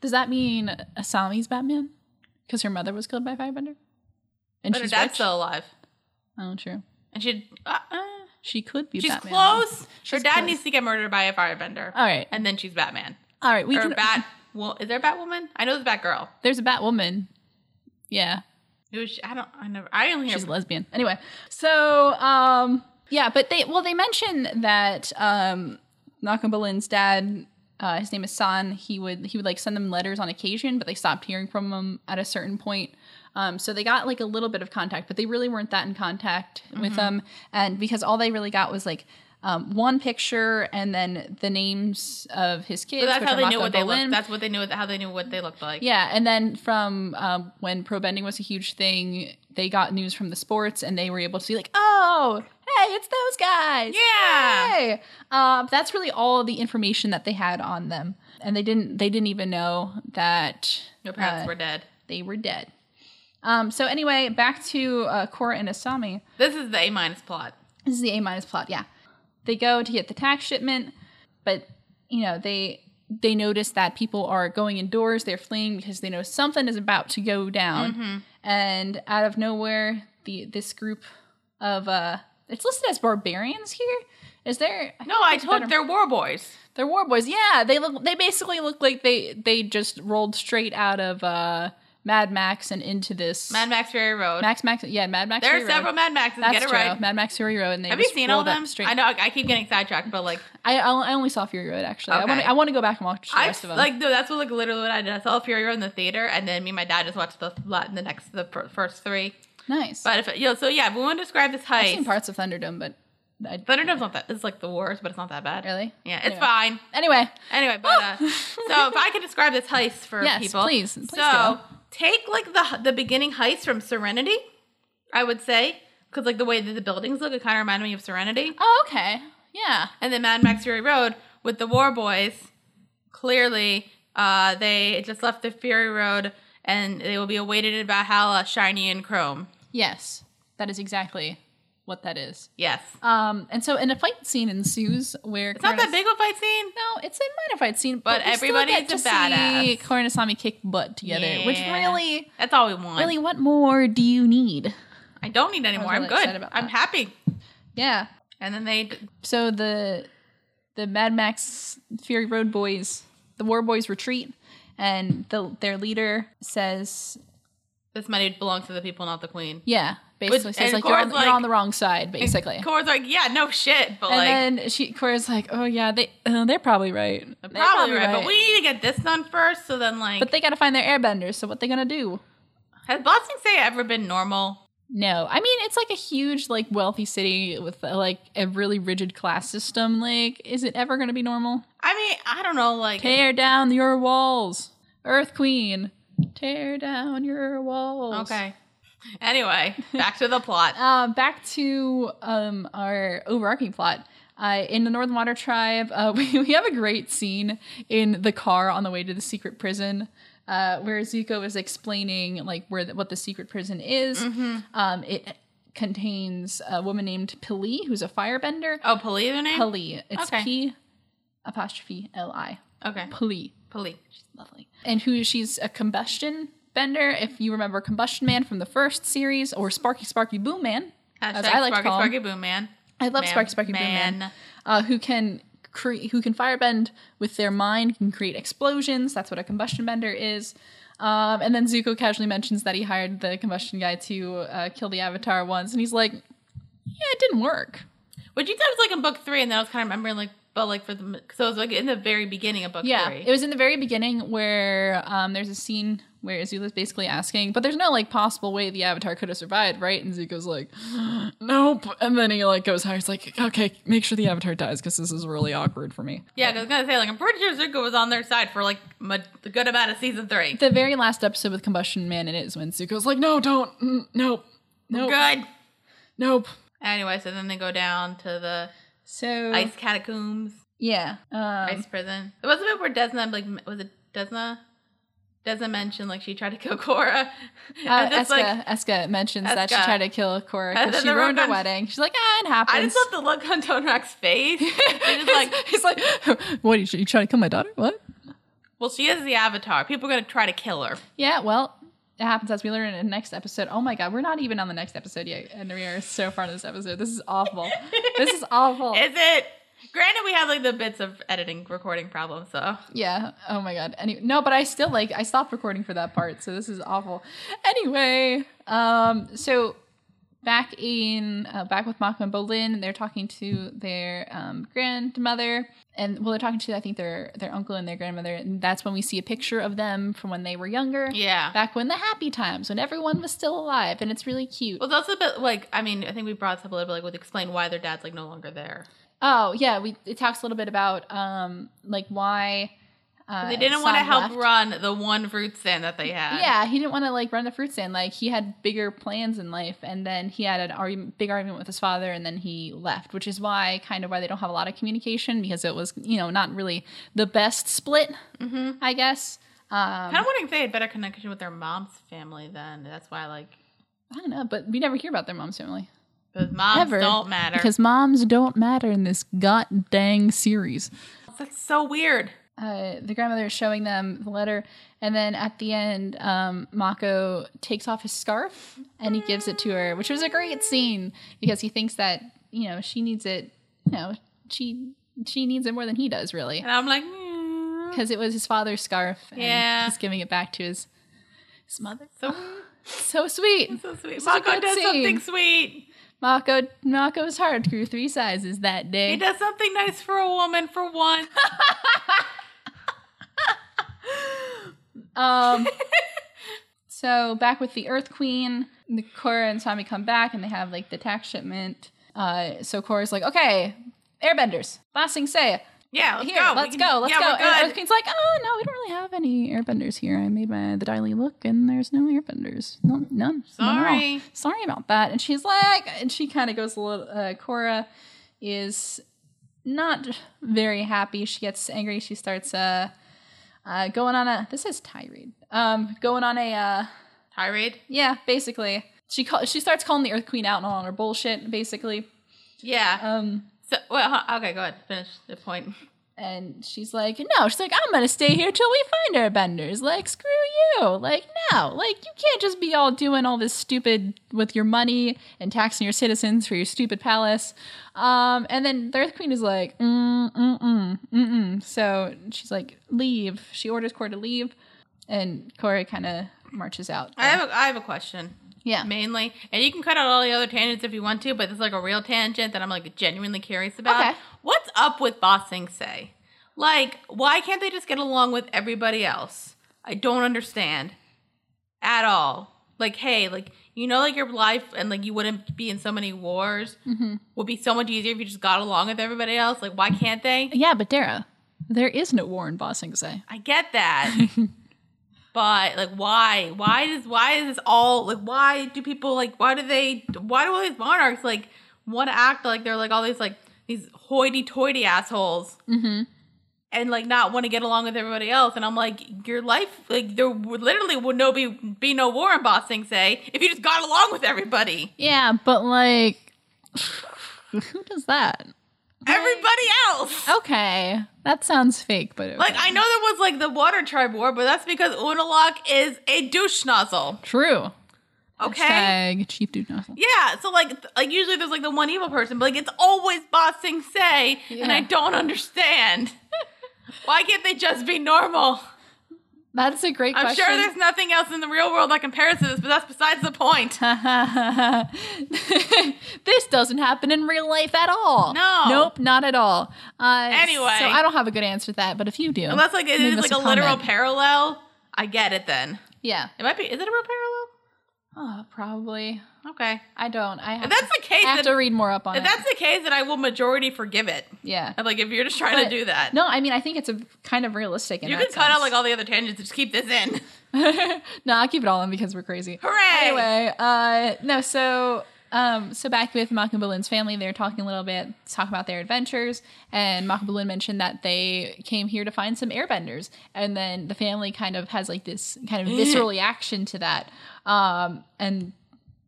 S2: Does that mean Asami's Batman? Because her mother was killed by Firebender. And
S1: but her
S2: she's
S1: dad's
S2: rich?
S1: still alive,
S2: Oh, true.
S1: and she uh, uh,
S2: She could be.
S1: she's
S2: Batman, though.
S1: close. her dad needs to get murdered by a firebender.
S2: All right.
S1: and then she's Batman
S2: All right. We
S1: or
S2: can.
S1: Bat. Well, is there a Batwoman? I know there's Batgirl.
S2: There's a Batwoman. Yeah.
S1: It was, I don't. I never. I only hear.
S2: She's a lesbian. Anyway, so um, yeah, but they well they mention that um, Malcolm Bolin's dad, uh, his name is San. He would he would like send them letters on occasion, but they stopped hearing from him at a certain point. Um, so they got like a little bit of contact, but they really weren't that in contact
S1: Mm-hmm.
S2: with them, and because all they really got was like. Um, one picture and then the names of his kids.
S1: but that's
S2: which
S1: how
S2: are
S1: they knew
S2: Malcolm
S1: what they
S2: Bolin.
S1: looked. That's what they knew. How they knew what they looked like.
S2: Yeah, and then from um, when pro bending was a huge thing, they got news from the sports, and they were able to see like, oh, hey, it's those guys.
S1: Yeah.
S2: Hey, um, that's really all the information that they had on them, and they didn't they didn't even know that
S1: Your parents
S2: uh,
S1: were dead.
S2: they were dead. Um, so anyway, back to uh, Korra and Asami.
S1: This is the A minus plot.
S2: This is the A minus plot. Yeah, they go to get the tax shipment, but you know they they notice that people are going indoors. They're fleeing because they know something is about to go down.
S1: Mm-hmm.
S2: And out of nowhere, the this group of uh, it's listed as barbarians here. Is there?
S1: No, I
S2: there's
S1: told
S2: better-
S1: they're war boys.
S2: They're war boys. Yeah, they look. They basically look like they they just rolled straight out of uh, Mad Max and into this
S1: Mad Max Fury Road.
S2: Max Max. Yeah, Mad Max.
S1: there
S2: Fury
S1: are
S2: Road.
S1: several Mad Maxes.
S2: That's
S1: Get it
S2: true.
S1: right.
S2: Mad Max Fury Road. And they
S1: Have you
S2: just
S1: seen all
S2: rolled
S1: of
S2: up
S1: them?
S2: Straight.
S1: I know I keep getting sidetracked, but like
S2: I, I only saw Fury Road actually. I
S1: Okay.
S2: want to I want to go back and watch the
S1: I
S2: rest of them.
S1: like no, that's what like literally what I did. I saw Fury Road in the theater, and then me and my dad just watched the la- the next the pr- first three.
S2: nice.
S1: But if you know, so yeah, if we want to describe this
S2: I've seen
S1: heist.
S2: parts of Thunderdome, but I,
S1: Thunderdome's not that. It's like the worst, but it's not that bad.
S2: really.
S1: Yeah, it's
S2: Anyway.
S1: fine.
S2: Anyway,
S1: Anyway, but uh, so if I could describe this heist for
S2: Yes,
S1: people,
S2: please. Please
S1: so
S2: do.
S1: take like the the beginning heist from Serenity, I would say, because like the way that the buildings look, it kind of reminded me of Serenity,
S2: oh okay, yeah,
S1: and then Mad Max Fury Road with the War Boys. Clearly, uh, they just left the Fury Road, and they will be awaited in Valhalla, shiny and chrome.
S2: yes, that is exactly what that is.
S1: Yes,
S2: Um, and so and a fight scene ensues where
S1: it's not that big of a fight scene.
S2: No, it's a minor fight scene,
S1: But
S2: we still
S1: everybody
S2: get
S1: is
S2: to
S1: a
S2: See
S1: badass.
S2: Korin Asami kick butt together, which
S1: Yeah.
S2: really,
S1: That's all we want.
S2: really, what more do you need?
S1: I don't need any more. I'm
S2: really
S1: good.
S2: excited about
S1: I'm
S2: that.
S1: happy.
S2: Yeah.
S1: And then they
S2: so the the Mad Max Fury Road boys, the War Boys retreat, and the, their leader says,
S1: this money belongs to the people, not the queen.
S2: "Yeah, basically
S1: But-
S2: says
S1: and
S2: like you're, on,
S1: Korra's
S2: you're
S1: like-
S2: on the wrong side, basically." And,
S1: Cora's like, yeah, no shit, but like,
S2: then she Cora's like, "Oh yeah, they uh, they're probably right. They're
S1: probably, right, But we need to get this done first. So then, like,
S2: But they got to find their airbenders. So what they gonna do?"
S1: has Boston Say ever been normal?
S2: No, I mean it's like a huge, like wealthy city with uh, like a really rigid class system. Like, is it ever gonna be normal?
S1: I mean, I don't know. Like,
S2: Tear down your walls, Earth Queen. Tear down your walls.
S1: okay. Anyway, back to the plot.
S2: Uh, back to um, our overarching plot. Uh, in the Northern Water Tribe, uh, we, we have a great scene in the car on the way to the secret prison. Uh, where Zuko is explaining like where the, what the secret prison is.
S1: Mm-hmm.
S2: Um, it contains a woman named Pili, who's a firebender.
S1: oh, Pali the name?
S2: Pili, it's
S1: Okay.
S2: P apostrophe L I.
S1: Okay,
S2: Pili
S1: Pali.
S2: lovely. And who she's a combustion bender, if you remember Combustion Man from the first series, or Sparky Sparky Boom Man,
S1: Hashtag
S2: as I like to
S1: Sparky
S2: call him.
S1: Sparky Boom Man.
S2: I love
S1: Man.
S2: Sparky Sparky Boom Man,
S1: Man.
S2: uh, who can create, who can firebend with their mind, can create explosions. That's what a combustion bender is. Um, and then Zuko casually mentions that he hired the combustion guy to uh, kill the Avatar once, and he's like, "Yeah, it didn't work."
S1: Which you thought was like in book three, and then I was kind of remembering like But like for the so it's like in the very beginning of book
S2: Yeah,
S1: three.
S2: it was in the very beginning where um, there's a scene where Azula's basically asking, but there's no like possible way the Avatar could have survived, right? And Zuko's like, nope. And then he like goes higher. He's like, okay, make sure the Avatar dies because this is really awkward for me.
S1: yeah, 'cause I was gonna say like I'm pretty sure Zuko was on their side for like ma- a good amount of season three.
S2: The very last episode with Combustion Man in it is when Zuko's like, no, don't, mm, nope, nope,
S1: Good.
S2: nope.
S1: Anyway, so then they go down to the
S2: So
S1: ice catacombs,
S2: yeah, um,
S1: ice prison. It was a bit where Desna like m- was it Desna? Desna mentioned like she tried to kill Korra.
S2: uh,
S1: And
S2: Eska,
S1: it's like
S2: Eska mentions that she
S1: Eska.
S2: tried to kill Korra
S1: And
S2: because she
S1: then the
S2: ruined her
S1: Rokan-
S2: wedding. She's like, ah, it happens.
S1: I just love the look on Tonrak's face. They're just like,
S2: he's like, what? You, you trying to kill my daughter? What?
S1: well, she is the Avatar. People are gonna try to kill her.
S2: Yeah, well, it happens as we learn in the next episode. Oh my god, we're not even on the next episode yet, and we are so far in this episode. This is awful. this is awful.
S1: Is it? Granted, we have like the bits of editing recording problems, so
S2: yeah. Oh my god. Any- no, but I still like I stopped recording for that part, so this is awful. Anyway, um, so back in uh, back with Mako and Bolin, they're talking to their um, grandmother, and well, they're talking to I think their their uncle and their grandmother, and that's when we see a picture of them from when they were younger.
S1: yeah.
S2: back when the happy times when everyone was still alive and it's really cute
S1: Well, that's a bit like I mean I think we brought this up a little bit like with explain why their dad's like no longer there.
S2: oh yeah we it talks a little bit about um like why uh,
S1: They didn't want to
S2: Sod
S1: help
S2: left.
S1: run the one fruit stand that they had.
S2: yeah he didn't want to like run the fruit stand like he had bigger plans in life and then he had an argument, big argument with his father and then he left which is why kind of why they don't have a lot of communication because it was you know not really the best split
S1: Mm-hmm.
S2: i guess um
S1: Kind of wondering if they had better connection with their mom's family then. That's why like
S2: i don't know but we never hear about their mom's family
S1: those moms
S2: Ever,
S1: don't matter.
S2: because moms don't matter in this god dang series
S1: that's so weird.
S2: uh, the grandmother is showing them the letter, and then at the end, um, Mako takes off his scarf and he gives it to her, which was a great scene because he thinks that you know she needs it. You know she she needs it more than he does, really,
S1: And I'm like, mm,
S2: because it was his father's scarf. And
S1: Yeah.
S2: he's giving it back to his his mother.
S1: so
S2: So sweet.
S1: so sweet.
S2: is a
S1: Mako
S2: good
S1: does
S2: scene.
S1: something sweet.
S2: Mako Mako's heart grew three sizes that day.
S1: He does something nice for a woman for once.
S2: Um, so back with the Earth Queen, the Korra and Sami come back, and they have like the tax shipment. Uh, so Korra's like, "Okay, Airbenders, last thing say,
S1: Yeah, let's
S2: here,
S1: go. Oh, We
S2: let's
S1: can-
S2: go, let's
S1: yeah,
S2: go."
S1: we're
S2: And
S1: good.
S2: Earth Queen's like, "Oh no, we don't really have any Airbenders here. I made my the Daily look, and there's no Airbenders. No, none. none at all.
S1: Sorry.
S2: sorry about that." And she's like, and she kind of goes a little. Uh, Korra is not very happy. She gets angry. She starts uh, uh, going on a this is tirade. Um, going on a uh,
S1: Tirade.
S2: yeah, basically she call, she starts calling the Earth Queen out on all her bullshit, basically.
S1: Yeah.
S2: Um,
S1: So, well, huh, okay, go ahead. Finish the point.
S2: and she's like, no, she's like, I'm gonna stay here till we find our benders. Like, screw you. Like, no, like you can't just be all doing all this stupid with your money and taxing your citizens for your stupid palace. Um, and then the Earth Queen is like, mm, mm, mm, mm, mm. So she's like, leave. She orders Korra to leave, and Korra kind of marches out.
S1: I have a, I have a question.
S2: yeah.
S1: Mainly, and you can cut out all the other tangents if you want to, but this is like a real tangent that I'm like genuinely curious about.
S2: Okay.
S1: What's up with bossing say? Like, why can't they just get along with everybody else? I don't understand at all. Like, hey, like you know, like your life and like you wouldn't be in so many wars
S2: Mm-hmm.
S1: would be so much easier if you just got along with everybody else. Like, why can't they?
S2: Yeah, but Dara, there is no war in Bossing Say.
S1: I get that. but like why? Why does why is this all like why do people like why do they why do all these monarchs like want to act like they're like all these like these hoity toity assholes and like not want to get along with everybody else and I'm like your life like there would literally would no be be no war in bossing say if you just got along with everybody.
S2: Yeah, but like, who does that?
S1: Everybody else.
S2: Okay, that sounds fake, but okay.
S1: Like I know there was like the water tribe war, but that's because Unalak is a douche nozzle.
S2: true.
S1: Okay.
S2: Hashtag Chief Dude Nozzle.
S1: Yeah, so like th- like usually there's like the one evil person, but like it's always bossing say, and I
S2: Yeah.
S1: don't understand. Why can't they just be normal?
S2: That's a great
S1: I'm
S2: question.
S1: sure there's nothing else in the real world that compares to this, but that's besides the point.
S2: this doesn't happen in real life at all.
S1: No.
S2: Nope, not at all. Uh,
S1: Anyway.
S2: So I don't have a good answer to that, but if you do.
S1: Unless like it
S2: leave
S1: is
S2: us
S1: like a, literal
S2: comment.
S1: parallel, I get it then.
S2: Yeah.
S1: It might be. Is it a real parallel?
S2: Oh, probably.
S1: Okay.
S2: I don't. I have,
S1: If that's
S2: to,
S1: the case,
S2: I have
S1: then,
S2: to read more up on
S1: if
S2: it.
S1: that's the case, then I will majority forgive it.
S2: yeah.
S1: I'm like if you're just trying
S2: But-
S1: to do that,
S2: No, I mean, I think it's a kind of realistic. In
S1: you
S2: that
S1: can cut out like
S2: sense.
S1: all the other tangents and just keep this in.
S2: no, I'll keep it all in because we're crazy.
S1: Hooray!
S2: Anyway, uh, no, so um, so back with Maka Balin's family, they're talking a little bit, talk about their adventures, and Maka Balin mentioned that they came here to find some airbenders, and then the family kind of has like this kind of visceral reaction to that, um, and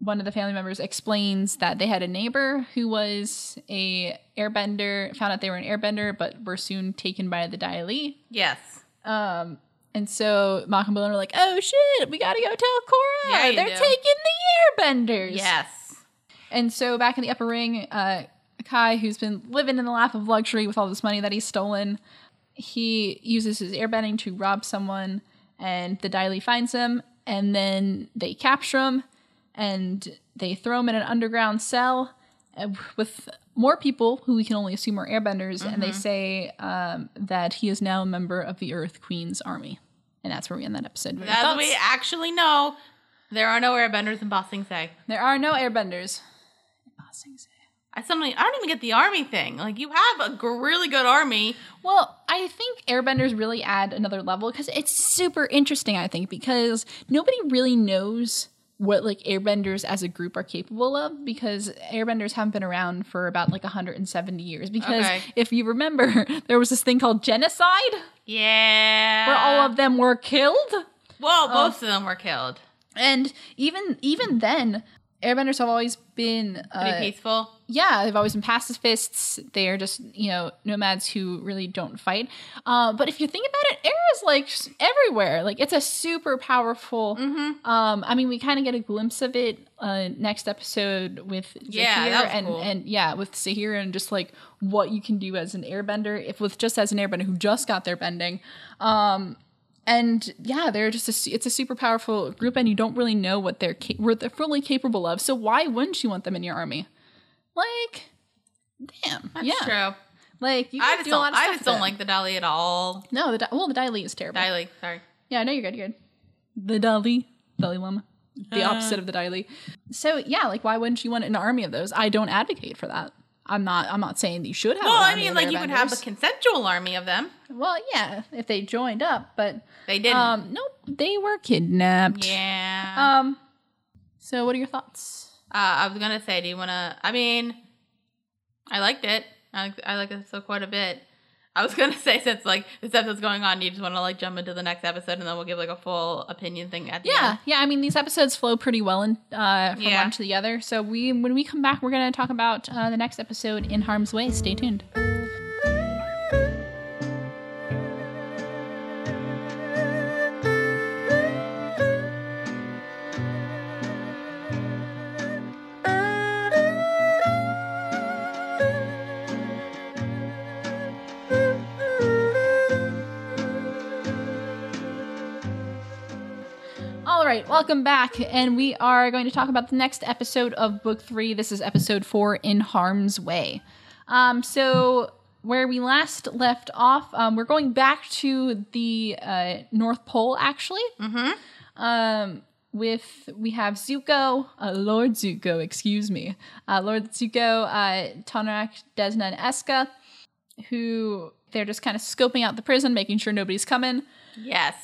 S2: one of the family members explains that they had a neighbor who was a airbender, found out they were an airbender, but were soon taken by the Dai Li.
S1: Yes.
S2: And so Malcolm and Balin are like, oh shit, we gotta go tell Cora.
S1: Yeah, you
S2: They're
S1: do.
S2: taking the airbenders.
S1: Yes.
S2: And so back in the upper ring, uh, Kai, who's been living in the lap of luxury with all this money that he's stolen, he uses his airbending to rob someone, and the Daily finds him, and then they capture him, and they throw him in an underground cell uh, with more people who we can only assume are airbenders, and they say um, that he is now a member of the Earth Queen's army. And that's where we end that episode. What are your
S1: As
S2: thoughts?
S1: we actually know, there are no airbenders in Bossing Say.
S2: there are no airbenders.
S1: I suddenly I don't even get the army thing. Like you have a g- really good army.
S2: Well, I think airbenders really add another level because it's super interesting, I think, because nobody really knows what like airbenders as a group are capable of because airbenders haven't been around for about like 170 years because
S1: Okay.
S2: if you remember there was this thing called genocide
S1: Yeah.
S2: where
S1: Uh.
S2: all of them were killed
S1: Well, most of them were killed.
S2: and even even then airbenders have always been
S1: Pretty
S2: uh,
S1: peaceful.
S2: yeah, they've always been pacifists. They are just, you know, nomads who really don't fight. Uh, but if you think about it, air is like s- everywhere. Like it's a super powerful.
S1: Mm-hmm.
S2: Um, I mean, we kind of get a glimpse of it uh, next episode with
S1: Yeah,
S2: Zahir
S1: that was
S2: and
S1: cool.
S2: and yeah, with Sahir and just like what you can do as an airbender, if with just as an airbender who just got their bending. Um, and yeah, they're just a, su- it's a super powerful group, and you don't really know what they're ca- what they're fully capable of. So why wouldn't you want them in your army? Like, damn,
S1: That's
S2: yeah,
S1: true.
S2: like you
S1: I
S2: can
S1: just
S2: do a
S1: don't.
S2: lot of
S1: I
S2: stuff
S1: just
S2: with
S1: don't
S2: it.
S1: like the Dali at all.
S2: no the Di- well the Dali is terrible.
S1: Dali, sorry.
S2: Yeah, no, you're good. You're good. The Dali, Dalai Lama, the
S1: Uh.
S2: opposite of the Dali. So yeah, like why wouldn't you want an army of those? I don't advocate for that. I'm not. I'm not saying that you should have.
S1: Well,
S2: an
S1: I
S2: army
S1: mean,
S2: of
S1: like you could have a
S2: airbenders.
S1: consensual army of them.
S2: well, yeah, if they joined up, but
S1: They didn't.
S2: um, nope, they were kidnapped.
S1: yeah.
S2: Um. So what are your thoughts?
S1: uh, I was gonna say, do you wanna? I mean, I liked it. I like- I like this episode quite a bit. I was gonna say since like this episode's going on, you just want to like jump into the next episode, and then we'll give like a full opinion thing at the
S2: Yeah,
S1: end.
S2: yeah. I mean, these episodes flow pretty well in, uh, from
S1: Yeah.
S2: one to the other. So we, when we come back, we're going to talk about uh, the next episode in Harm's Way. Stay tuned. All right, welcome back, and we are going to talk about the next episode of Book Three. This is episode four in Harm's Way. Um, so where we last left off, um, we're going back to the uh, North Pole, actually. Mm-hmm. Um, with we have Zuko, uh, Lord Zuko, excuse me, uh, Lord Zuko, uh, Tonak, Desna, and Eska, who they're just kind of scoping out the prison, making sure nobody's coming.
S1: Yes.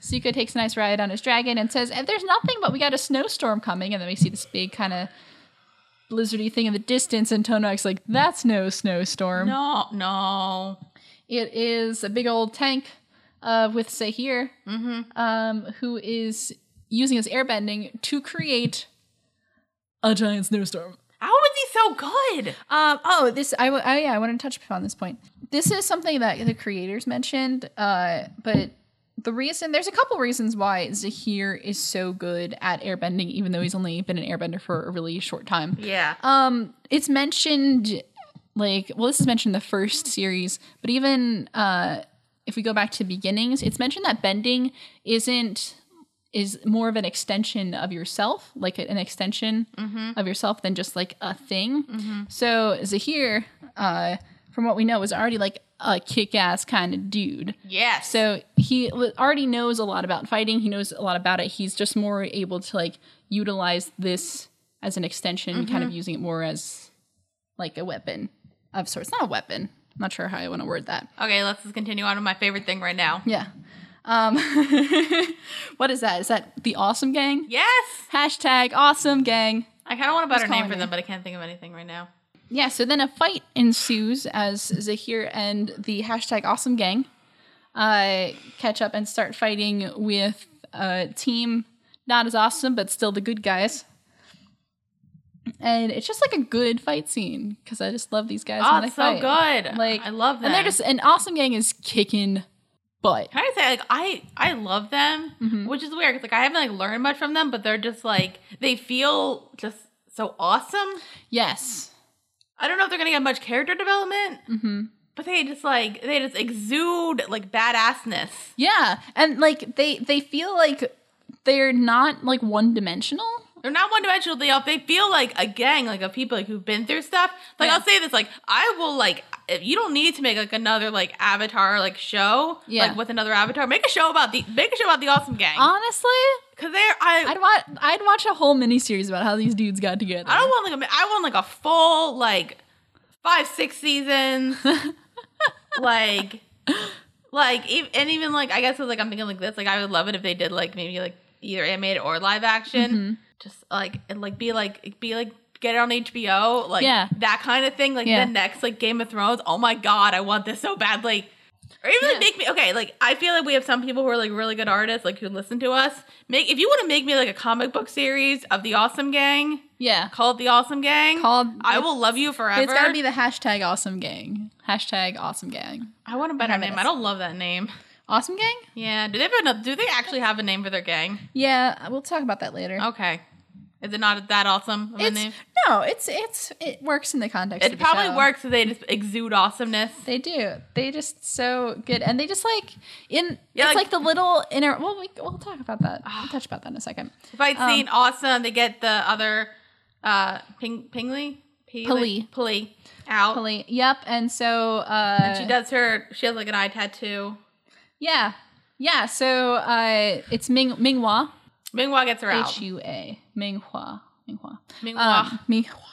S2: Zuko takes a nice ride on his dragon and says, "And "There's nothing, but we got a snowstorm coming." And then we see this big kind of blizzardy thing in the distance, and Tonak's like, "That's no snowstorm.
S1: No. No.
S2: It is a big old tank uh, with Sahir, um, who is using his airbending to create a giant snowstorm."
S1: How was he so good?
S2: Um, oh, this I w- oh yeah, I want to touch upon this point. This is something that the creators mentioned, uh, but the reason there's a couple reasons why Zahir is so good at airbending, even though he's only been an airbender for a really short time.
S1: Yeah.
S2: Um, it's mentioned like well, this is mentioned in the first series, but even uh, if we go back to beginnings, it's mentioned that bending isn't is more of an extension of yourself, like an extension of yourself than just like a thing. So Zahir, uh, from what we know, was already like a kick-ass kind of dude.
S1: Yes.
S2: So he l- already knows a lot about fighting. He knows a lot about it. He's just more able to like utilize this as an extension, kind of using it more as like a weapon of sorts. Not a weapon. I'm not sure how I want to word that.
S1: okay, let's just continue on with my favorite thing right now.
S2: Yeah. Um, what is that? Is that the awesome gang?
S1: Yes.
S2: Hashtag awesome gang.
S1: I kind of want a better name
S2: calling
S1: for
S2: me?
S1: them, but I can't think of anything right now.
S2: Yeah, so then a fight ensues as Zahir and the hashtag awesome gang uh, catch up and start fighting with a team not as awesome, but still the good guys. And it's just like a good fight scene because I just love these guys.
S1: oh,
S2: when
S1: it's
S2: they
S1: so
S2: fight.
S1: good. Like I love them.
S2: And they're just an awesome gang is kicking butt.
S1: Can I say like I I love them,
S2: Mm-hmm.
S1: which is weird 'cause, like I haven't like learned much from them, but they're just like they feel just so awesome.
S2: Yes.
S1: I don't know if they're gonna get much character development,
S2: hmm
S1: but they just like they just exude like badassness.
S2: Yeah, and like they they feel like they're not like one dimensional.
S1: They're not one dimensional. They all they feel like a gang, like of people like who've been through stuff. Like
S2: Yeah.
S1: I'll say this, like I will like if you don't need to make like another like avatar like show,
S2: Yeah.
S1: like with another avatar. Make a show about the make a show about the awesome gang
S2: Honestly,
S1: because they're I I
S2: I'd watch I'd watch a whole miniseries about how these dudes got together.
S1: don't want like a mi- I want like a full like five six seasons like like ev- and even like I guess like I'm thinking like this like I would love it if they did like maybe like either animated or live action
S2: Mm-hmm.
S1: just like and like be like be like get it on HBO like
S2: Yeah.
S1: that kind of thing like
S2: Yeah.
S1: the next like Game of Thrones oh my god I want this so badly or even
S2: Yeah.
S1: like make me okay like I feel like we have some people who are like really good artists like who listen to us make if you want to make me like a comic book series of the Awesome Gang
S2: yeah,
S1: called the Awesome Gang
S2: called
S1: I will love you forever
S2: It's gotta be the hashtag awesome gang. Hashtag awesome gang.
S1: I want a better
S2: Have
S1: name
S2: it.
S1: I don't love that name.
S2: Awesome gang?
S1: Yeah. Do they have another, Do they actually have a name for their gang?
S2: Yeah, we'll talk about that later.
S1: Okay. Is it not that awesome of a
S2: It's
S1: Oh, name?
S2: no, it's it's it works in the context.
S1: It
S2: of the
S1: probably
S2: show.
S1: works if they just exude awesomeness.
S2: They do. They just so good, and they just like in.
S1: Yeah,
S2: it's
S1: like- Ah.
S2: like, the little inner. Well, we we'll talk about that. We'll touch about that in a second.
S1: If I'd
S2: Um,
S1: seen awesome, they get the other uh Ping Pingley? P-
S2: Pili.
S1: Pili out.
S2: Totally. Yep. And so uh
S1: And she does her she has like an eye tattoo.
S2: yeah. Yeah, so uh it's Ming Minghua.
S1: Minghua gets her out.
S2: H U A. Minghua. Minghua.
S1: Minghua.
S2: Um, Minghua.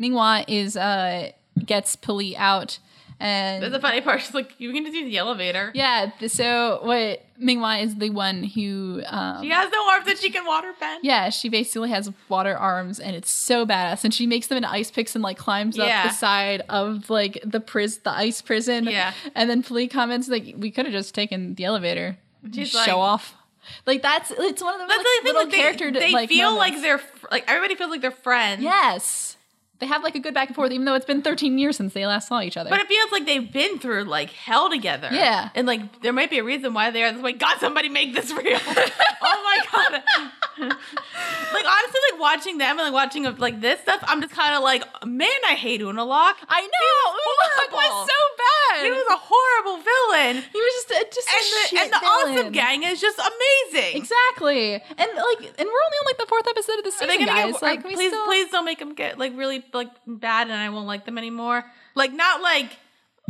S2: Minghua is uh gets Pili out and
S1: That's the funny part. She's like, you can just use the elevator.
S2: yeah, th- so what Minghua is the one who um
S1: She has no arms that she can water bend.
S2: yeah, she basically has water arms and it's so badass. And she makes them in ice picks and like climbs
S1: Yeah.
S2: up the side of like the pris the ice prison.
S1: Yeah.
S2: And then Flea comments like we could have just taken the elevator.
S1: She's
S2: Show
S1: like-
S2: off. Like that's it's one of those
S1: That's
S2: like,
S1: the thing.
S2: little
S1: Like, they-
S2: character
S1: they,
S2: like
S1: feel
S2: moments.
S1: like they're fr- like everybody feels like they're friends.
S2: Yes. They have like a good back and forth, even though it's been 13 years since they last saw each other.
S1: But it feels like they've been through like hell together.
S2: Yeah.
S1: And like there might be a reason why they are this way. God, somebody make this real. oh my god. like honestly, like watching them and like watching like this stuff, I'm just kind of like, man, I hate Unalak.
S2: I know! It was,
S1: horrible.
S2: so bad!
S1: He was a horrible villain.
S2: he was just, a- just a
S1: And the,
S2: shit
S1: and the
S2: villain.
S1: awesome gang is just amazing.
S2: Exactly. And like, and we're only on like the fourth episode of the
S1: Are
S2: season,
S1: they gonna
S2: guys.
S1: get,
S2: like, we
S1: please,
S2: still,
S1: please don't make them get like really like bad, and I won't like them anymore. Like not like,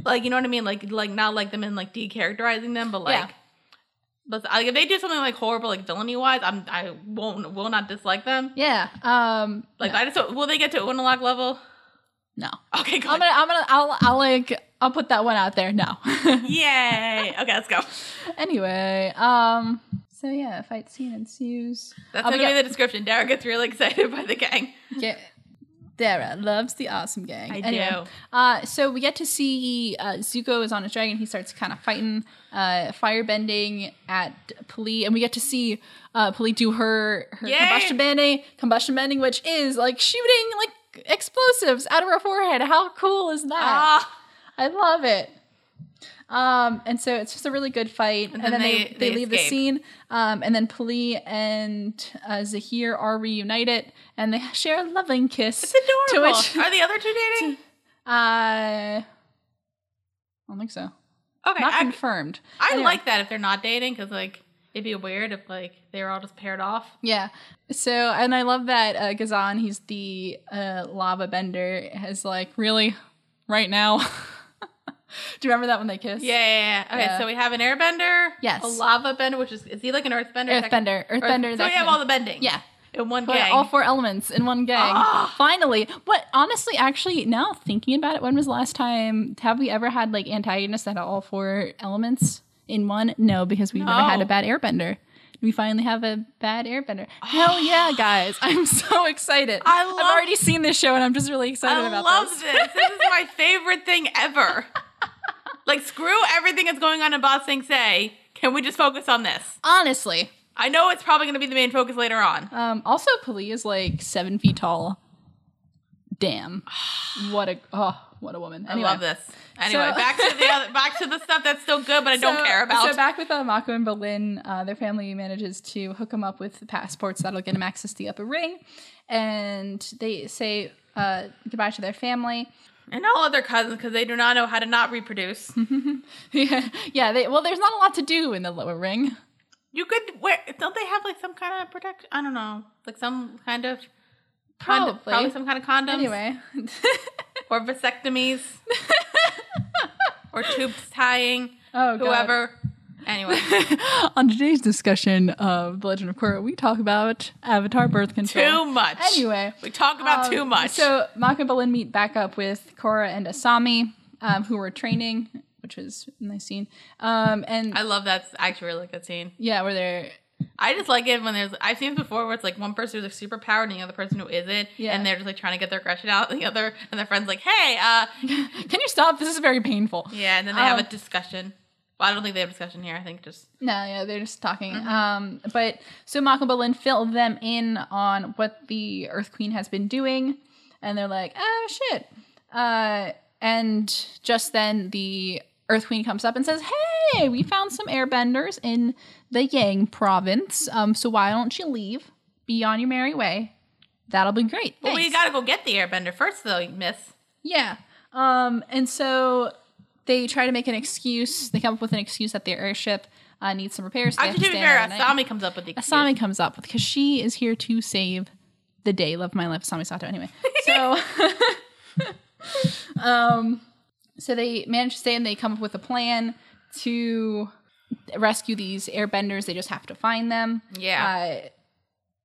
S1: like you know what I mean. Like like not like them and like decharacterizing them, but like,
S2: Yeah.
S1: but like if they do something like horrible, like villainy wise, I'm I won't will not dislike them.
S2: Yeah. Um.
S1: Like I just will they get to unlock level?
S2: No.
S1: Okay, good.
S2: I'm gonna. I'm gonna. I'll. I'll like. I'll put that one out there. No.
S1: Yay! Okay, let's go.
S2: anyway. Um. So yeah, fight scene ensues.
S1: That's
S2: Oh,
S1: gonna
S2: yeah.
S1: be the description. Dara gets really excited by the gang.
S2: Get, Dara loves the awesome gang.
S1: I do.
S2: Uh, so we get to see uh, Zuko is on his dragon. He starts kind of fighting, uh, firebending at Pali, and we get to see uh, Pali do her, her
S1: Yay!
S2: combustion bending, combustion bending, which is like shooting like explosives out of her forehead. How cool is that?
S1: Ah,
S2: I love it. Um, and so it's just a really good fight. And,
S1: then
S2: then, they,
S1: they-
S2: they,
S1: they
S2: leave the
S1: escape.
S2: scene. Um, and then Pali and uh, Zahir are reunited and they share a loving kiss.
S1: it's adorable.
S2: To which,
S1: Are the other two dating?
S2: uh, I don't think so.
S1: Okay,
S2: Not
S1: I,
S2: confirmed.
S1: I
S2: Anyway.
S1: like that if they're not dating because like it'd be weird if like they were all just paired off.
S2: Yeah. So, and I love that uh, Gazan, he's the uh, lava bender, is like, really? Right now? Do you remember that when they kiss?
S1: Yeah, yeah, yeah. Okay,
S2: Yeah.
S1: so we have an airbender.
S2: Yes.
S1: A lava bender, which is is he like an earthbender? Tec-
S2: Earthbender. Earthbender.
S1: so we
S2: that
S1: have
S2: kind-
S1: all the bending.
S2: Yeah.
S1: In one
S2: But
S1: gang.
S2: all four elements in one gang.
S1: Ah.
S2: Finally. But honestly, actually, now thinking about it, when was the last time have we ever had like antagonists that had all four elements in one? No, because we've never had
S1: No.
S2: a bad airbender. We finally have a bad airbender. Hell yeah, guys. I'm so excited.
S1: I
S2: have
S1: love-
S2: already seen this show and I'm just really excited
S1: I
S2: about
S1: love
S2: this.
S1: this. This. is my favorite thing ever. like screw everything that's going on in Bossing Say. Can we just focus on this?
S2: Honestly.
S1: I know it's probably going to be the main focus later on.
S2: Um, also, Pali is like seven feet tall. Damn. What a oh, what a woman. Anyway.
S1: I love this. Anyway,
S2: So-
S1: back to the other, back to the stuff that's still good, but I don't
S2: So-
S1: care about.
S2: So back with uh, Mako and Berlin, uh, their family manages to hook them up with passports that'll get them access to the upper ring, and they say uh, goodbye to their family.
S1: and all other cousins because they do not know how to not reproduce.
S2: yeah, yeah. They, well, there's not a lot to do in the lower ring.
S1: you could wear. Don't they have like some kind of protection? I don't know, like some kind of
S2: Probably.
S1: condo- probably some kind of condoms
S2: Anyway,
S1: or vasectomies or tubes tying.
S2: oh God.
S1: whoever. Anyway,
S2: On today's discussion of The Legend of Korra, we talk about Avatar birth
S1: too
S2: control.
S1: much.
S2: Anyway,
S1: we talk about
S2: Um,
S1: too much.
S2: So Mako and Balin meet back up with Korra and Asami, um, who were training, which was a nice scene. Um, and
S1: I love that. I actually really like that scene.
S2: yeah, where they're
S1: I just like it when there's. I've seen it before where it's like one person who's like super powered and the other person who isn't,
S2: Yeah.
S1: and they're just like trying to get their aggression out. And the other and their friends like, "Hey, uh,
S2: Can you stop? This is very painful.
S1: yeah," and then they have a
S2: Um,
S1: discussion. Well, I don't think they have a discussion here. I think just
S2: No, yeah, they're just talking.
S1: Mm-hmm.
S2: Um, but so Mako and Balin fill them in on what the Earth Queen has been doing, and they're like, "Oh shit!" Uh, and just then the Earth Queen comes up and says, "Hey, we found some Airbenders in the Yang Province. Um, so why don't you leave? Be on your merry way. That'll be great.
S1: well, we
S2: Thanks."
S1: gotta go get the airbender first, though, Miss.
S2: Yeah. Um, and so they try to make an excuse. They come up with an excuse that their airship uh, needs some repairs. so they have
S1: Actually, to be
S2: stay
S1: fair,
S2: another night.
S1: Asami comes up with the
S2: Asami comes up because she is here to save the day. Love my life, Asami Sato. Anyway, so um, so they manage to stay and they come up with a plan to rescue these airbenders. They just have to find them.
S1: Yeah,
S2: Uh,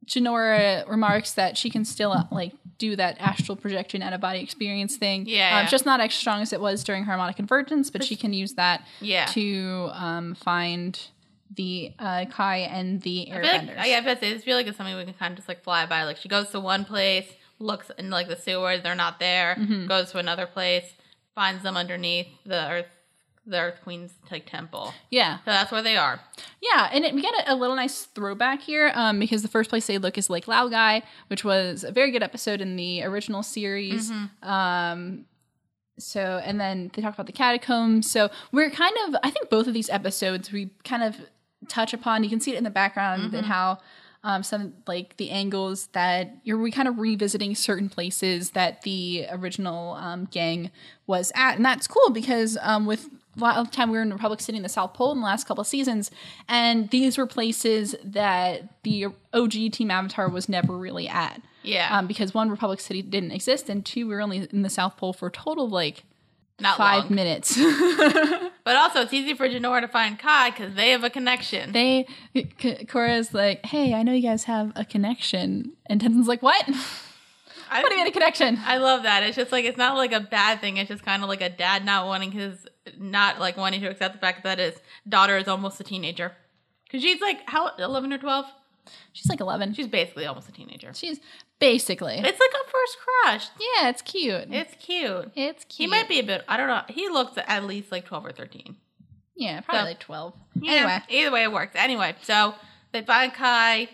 S2: Janora remarks that she can still uh, like do that astral projection out of body experience thing.
S1: Yeah,
S2: um,
S1: yeah.
S2: it's just not as strong as it was during harmonic convergence, but she can use that
S1: yeah.
S2: to um, find the uh, Kai and the
S1: I feel
S2: Airbenders.
S1: like, yeah, I bet it's really good. Something we can kind of just like fly by. Like she goes to one place, looks in like the sewers, they're not there.
S2: Mm-hmm.
S1: Goes to another place, finds them underneath the earth, the Earth Queen's like temple.
S2: yeah,
S1: So that's where they are.
S2: yeah, and it, we get a, a little nice throwback here um, because the first place they look is Lake Laogai, which was a very good episode in the original series.
S1: Mm-hmm.
S2: Um, so, and then they talk about the catacombs. So we're kind of, I think both of these episodes we kind of touch upon. You can see it in the background and how um, some like the angles that you're we kind of revisiting certain places that the original um, gang was at, and that's cool because um, with a lot of time we were in Republic City and the South Pole in the last couple of seasons, and these were places that the OG Team Avatar was never really at
S1: Yeah,
S2: um, because one Republic City didn't exist, and two we were only in the South Pole for a total of like
S1: not
S2: five
S1: long.
S2: minutes.
S1: But also, it's easy for Janora to find Kai because they have a connection.
S2: they K- Korra's like, "Hey, I know you guys have a connection," and Tenzin's like, "What? what
S1: I,
S2: do you mean a connection?"
S1: I love that. It's just like it's not like a bad thing. It's just kind of like a dad not wanting his, not like wanting to accept the fact that his daughter is almost a teenager. Cause she's like how eleven or twelve.
S2: She's like eleven.
S1: She's basically almost a teenager.
S2: She's basically
S1: It's like a first crush.
S2: yeah. It's cute.
S1: It's cute.
S2: It's
S1: He
S2: cute.
S1: might be a bit. I don't know. He looks at least like twelve or thirteen.
S2: yeah, probably
S1: so-
S2: like twelve.
S1: Yeah,
S2: Anyway,
S1: either way, it works. Anyway, so they find Kai,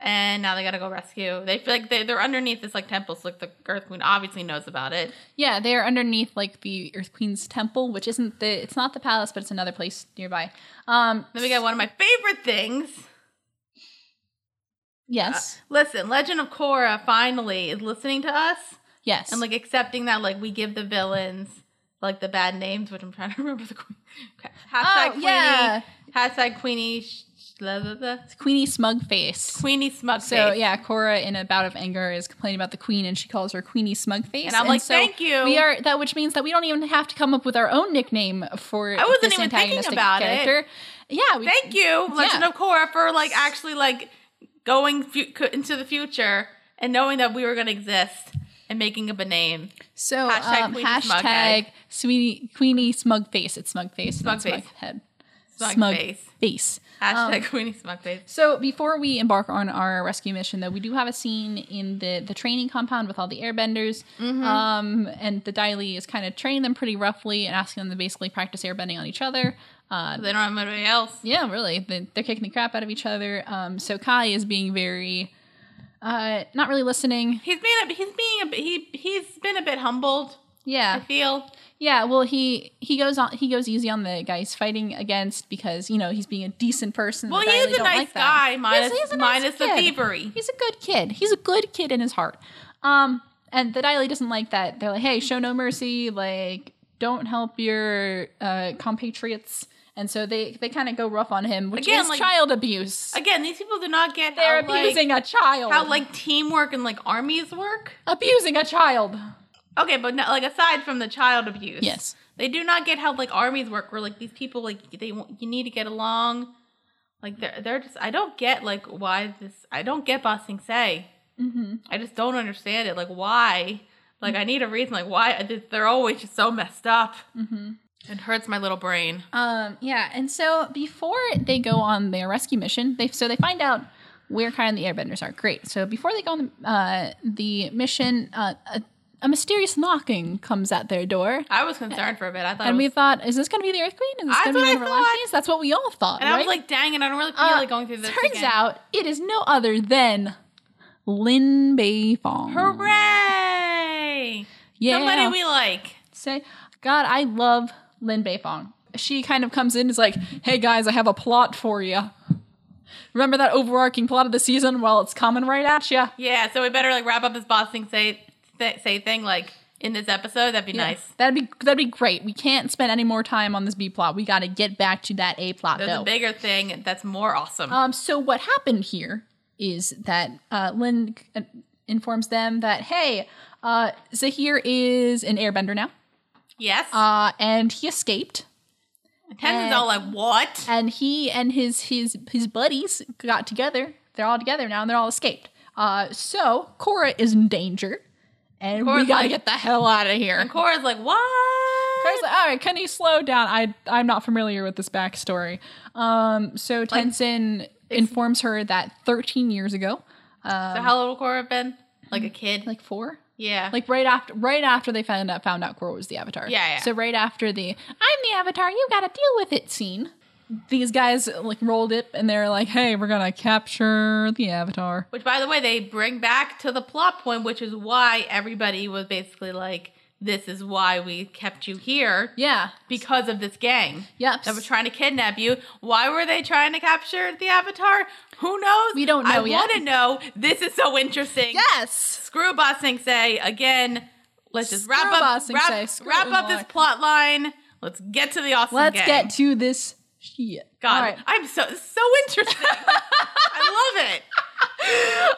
S1: and now they gotta go rescue. They feel like they, they're underneath this like temple, so like the Earth Queen obviously knows about it.
S2: yeah, they are underneath like the Earth Queen's temple, which isn't the it's not the palace, but it's another place nearby. Um,
S1: Then we got one of my favorite things. uh,
S2: yes,
S1: Listen, Legend of Korra finally is listening to us
S2: yes,
S1: and like accepting that like we give the villains like the bad names, which I'm trying to remember the queen. Okay. Hashtag Queenie.
S2: Oh, yeah.
S1: Hashtag Queenie. Sh- sh- la- la- la.
S2: Queenie smug face.
S1: Queenie smug
S2: So
S1: face.
S2: yeah, Cora in a bout of anger is complaining about the queen, and she calls her Queenie Smug Face.
S1: And I'm like,
S2: so
S1: "Thank you."
S2: We are that, which means that we don't even have to come up with our own nickname for.
S1: I wasn't
S2: this
S1: even thinking
S2: antagonistic
S1: about it.
S2: character. Yeah, we,
S1: Thank you, Legend
S2: Yeah.
S1: of Korra, for like actually like going fu- co- into the future and knowing that we were gonna exist and making up a name.
S2: so
S1: Hashtag
S2: um,
S1: Queenie Smug
S2: hashtag
S1: Head.
S2: Sweetie Queenie Smug Face. It's Smug Face, not
S1: Smug Face.
S2: Head,
S1: Smug Face.
S2: Face. Um,
S1: Hashtag Queenie smug face.
S2: So before we embark on our rescue mission, though, we do have a scene in the the training compound with all the airbenders, um, and the Daily is kind of training them pretty roughly and asking them to basically practice airbending on each other. Uh,
S1: They don't have anybody else.
S2: yeah, really, they, they're kicking the crap out of each other. Um, so Kai is being very, uh, not really listening.
S1: He's being a, he's being a, he he's been a bit humbled. I
S2: Yeah,
S1: feel
S2: yeah. Well, he he goes on he goes easy on the guy he's fighting against because you know he's being a decent person.
S1: well.
S2: The
S1: He
S2: Daily
S1: is a
S2: don't
S1: nice
S2: like that.
S1: guy,
S2: Yes,
S1: minus
S2: he's a nice
S1: minus the
S2: kid.
S1: thievery.
S2: He's a good kid. He's a good kid in his heart. Um, and the Daily doesn't like that. They're like, hey, show no mercy. Like, don't help your uh, compatriots. And so they they kind of go rough on him, which
S1: Again,
S2: is
S1: like-
S2: child abuse.
S1: Again, these people do not get
S2: They're
S1: how, like-
S2: abusing a child.
S1: how like teamwork and like armies work.
S2: abusing a child.
S1: Okay, but not, like aside from the child abuse,
S2: Yes.
S1: they do not get how like armies work. Where like these people like they want- you need to get along. Like they're they're just I don't get like why this I don't get bossing say.
S2: Mhm.
S1: I just don't understand it. Like why? Like I need a reason. Like why they're always just so messed up.
S2: Mm-hmm.
S1: It hurts my little brain.
S2: Um, yeah, and so before they go on their rescue mission, they so they find out where Kai and the Airbenders are. Great. So before they go on the, uh, the mission, uh, a, a mysterious knocking comes at their door,
S1: I was concerned for a bit. I thought
S2: and
S1: it
S2: we
S1: was,
S2: thought, "Is this going to be the Earth Queen? Is this
S1: That's
S2: going to be
S1: what I
S2: one of
S1: thought.
S2: Arrakis?" That's what we all thought,
S1: and I
S2: right?
S1: was like, dang it, I don't really feel
S2: Uh,
S1: like going through this.
S2: turns
S1: again.
S2: out it is no other than Lin Bei Fong.
S1: hooray!
S2: Yeah.
S1: Somebody we like.
S2: say, God, I love Lin Beifong. She kind of comes in and is like, hey guys, I have a plot for you. Remember that overarching plot of the season? Well, it's coming right at you.
S1: Yeah, so we better like wrap up this bossing say th- say thing like in this episode. That'd be nice.
S2: That'd be that'd be great. We can't spend any more time on this B plot. We got to get back to that A plot
S1: There's
S2: though.
S1: a bigger thing that's more awesome.
S2: um, so what happened here is that uh, Lin uh, informs them that hey, uh, Zahir is an airbender now,
S1: yes,
S2: uh, and he escaped.
S1: Tenzin's all like, "What?"
S2: and he and his his his buddies got together. They're all together now, and they're all escaped. Uh, so Cora is in danger, and we
S1: Cora's
S2: gotta
S1: like-
S2: get the hell out of here.
S1: And Cora's like, "What?"
S2: Cora's like, all right, can you slow down? I I'm not familiar with this backstory. Um, so Tenzin informs her that 13 years ago,
S1: so how old will Cora have been? Like a kid?
S2: Um, like four,
S1: yeah.
S2: like right after right after they found out found out Korra was the Avatar.
S1: Yeah, yeah.
S2: So right after the I'm the Avatar, you got to deal with it scene. These guys like rolled it and they're like, "Hey, we're gonna capture the Avatar."
S1: Which, by the way, they bring back to the plot point, which is why everybody was basically like, "This is why we kept you here
S2: Yeah.
S1: because of this gang."
S2: Yep.
S1: That were trying to kidnap you. Why were they trying to capture the avatar? Who knows?
S2: We don't
S1: I
S2: know yet.
S1: want to know. This is so interesting.
S2: yes.
S1: Screw bossing say again. Let's just wrap
S2: Screw
S1: up
S2: Bossing
S1: wrap,
S2: Say, screw
S1: wrap up
S2: Umar.
S1: this plot line. Let's get to the awesome.
S2: Let's
S1: gang.
S2: get to this shit.
S1: God.
S2: All right.
S1: I'm so so interesting. I love it.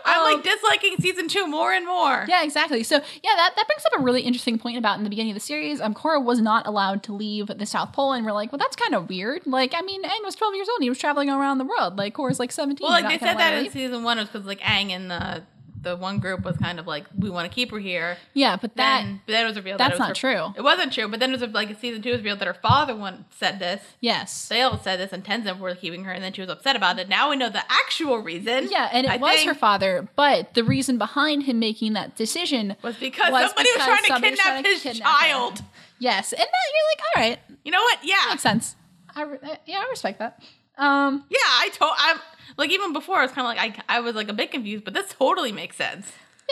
S1: I'm like disliking season two more and more.
S2: Um, Yeah, exactly. So, yeah, that, that brings up a really interesting point about in the beginning of the series. Um, Korra was not allowed to leave the South Pole, and we're like, well, that's kind of weird. Like, I mean, Aang was 12 years old, and he was traveling around the world. Like, Korra's like 17.
S1: Well,
S2: you're
S1: like
S2: not
S1: they
S2: gonna
S1: said
S2: let her
S1: that in
S2: leave.
S1: season one, it was because like Aang and the the one group was kind of like, we want to keep her here.
S2: Yeah, but that.
S1: Then, but then it was revealed.
S2: that's
S1: that it
S2: not
S1: was
S2: true.
S1: It wasn't true. But then it was like in season two, it was revealed that her father one said this.
S2: yes.
S1: They all said this, and Tenzin were keeping her, and then she was upset about it. Now we know the actual reason.
S2: Yeah, and it
S1: I
S2: was
S1: think,
S2: her father, but the reason behind him making that decision
S1: was because
S2: was
S1: somebody
S2: because
S1: was trying to
S2: somebody was
S1: kidnap
S2: trying to
S1: his
S2: kidnap her.
S1: child.
S2: yes, and that you're like, all right,
S1: You know what? Yeah,
S2: makes sense. I re- I- yeah, I respect that. Um,
S1: yeah. I told. I'm like even before I was kind of like I, I was like a bit confused, but this totally makes sense.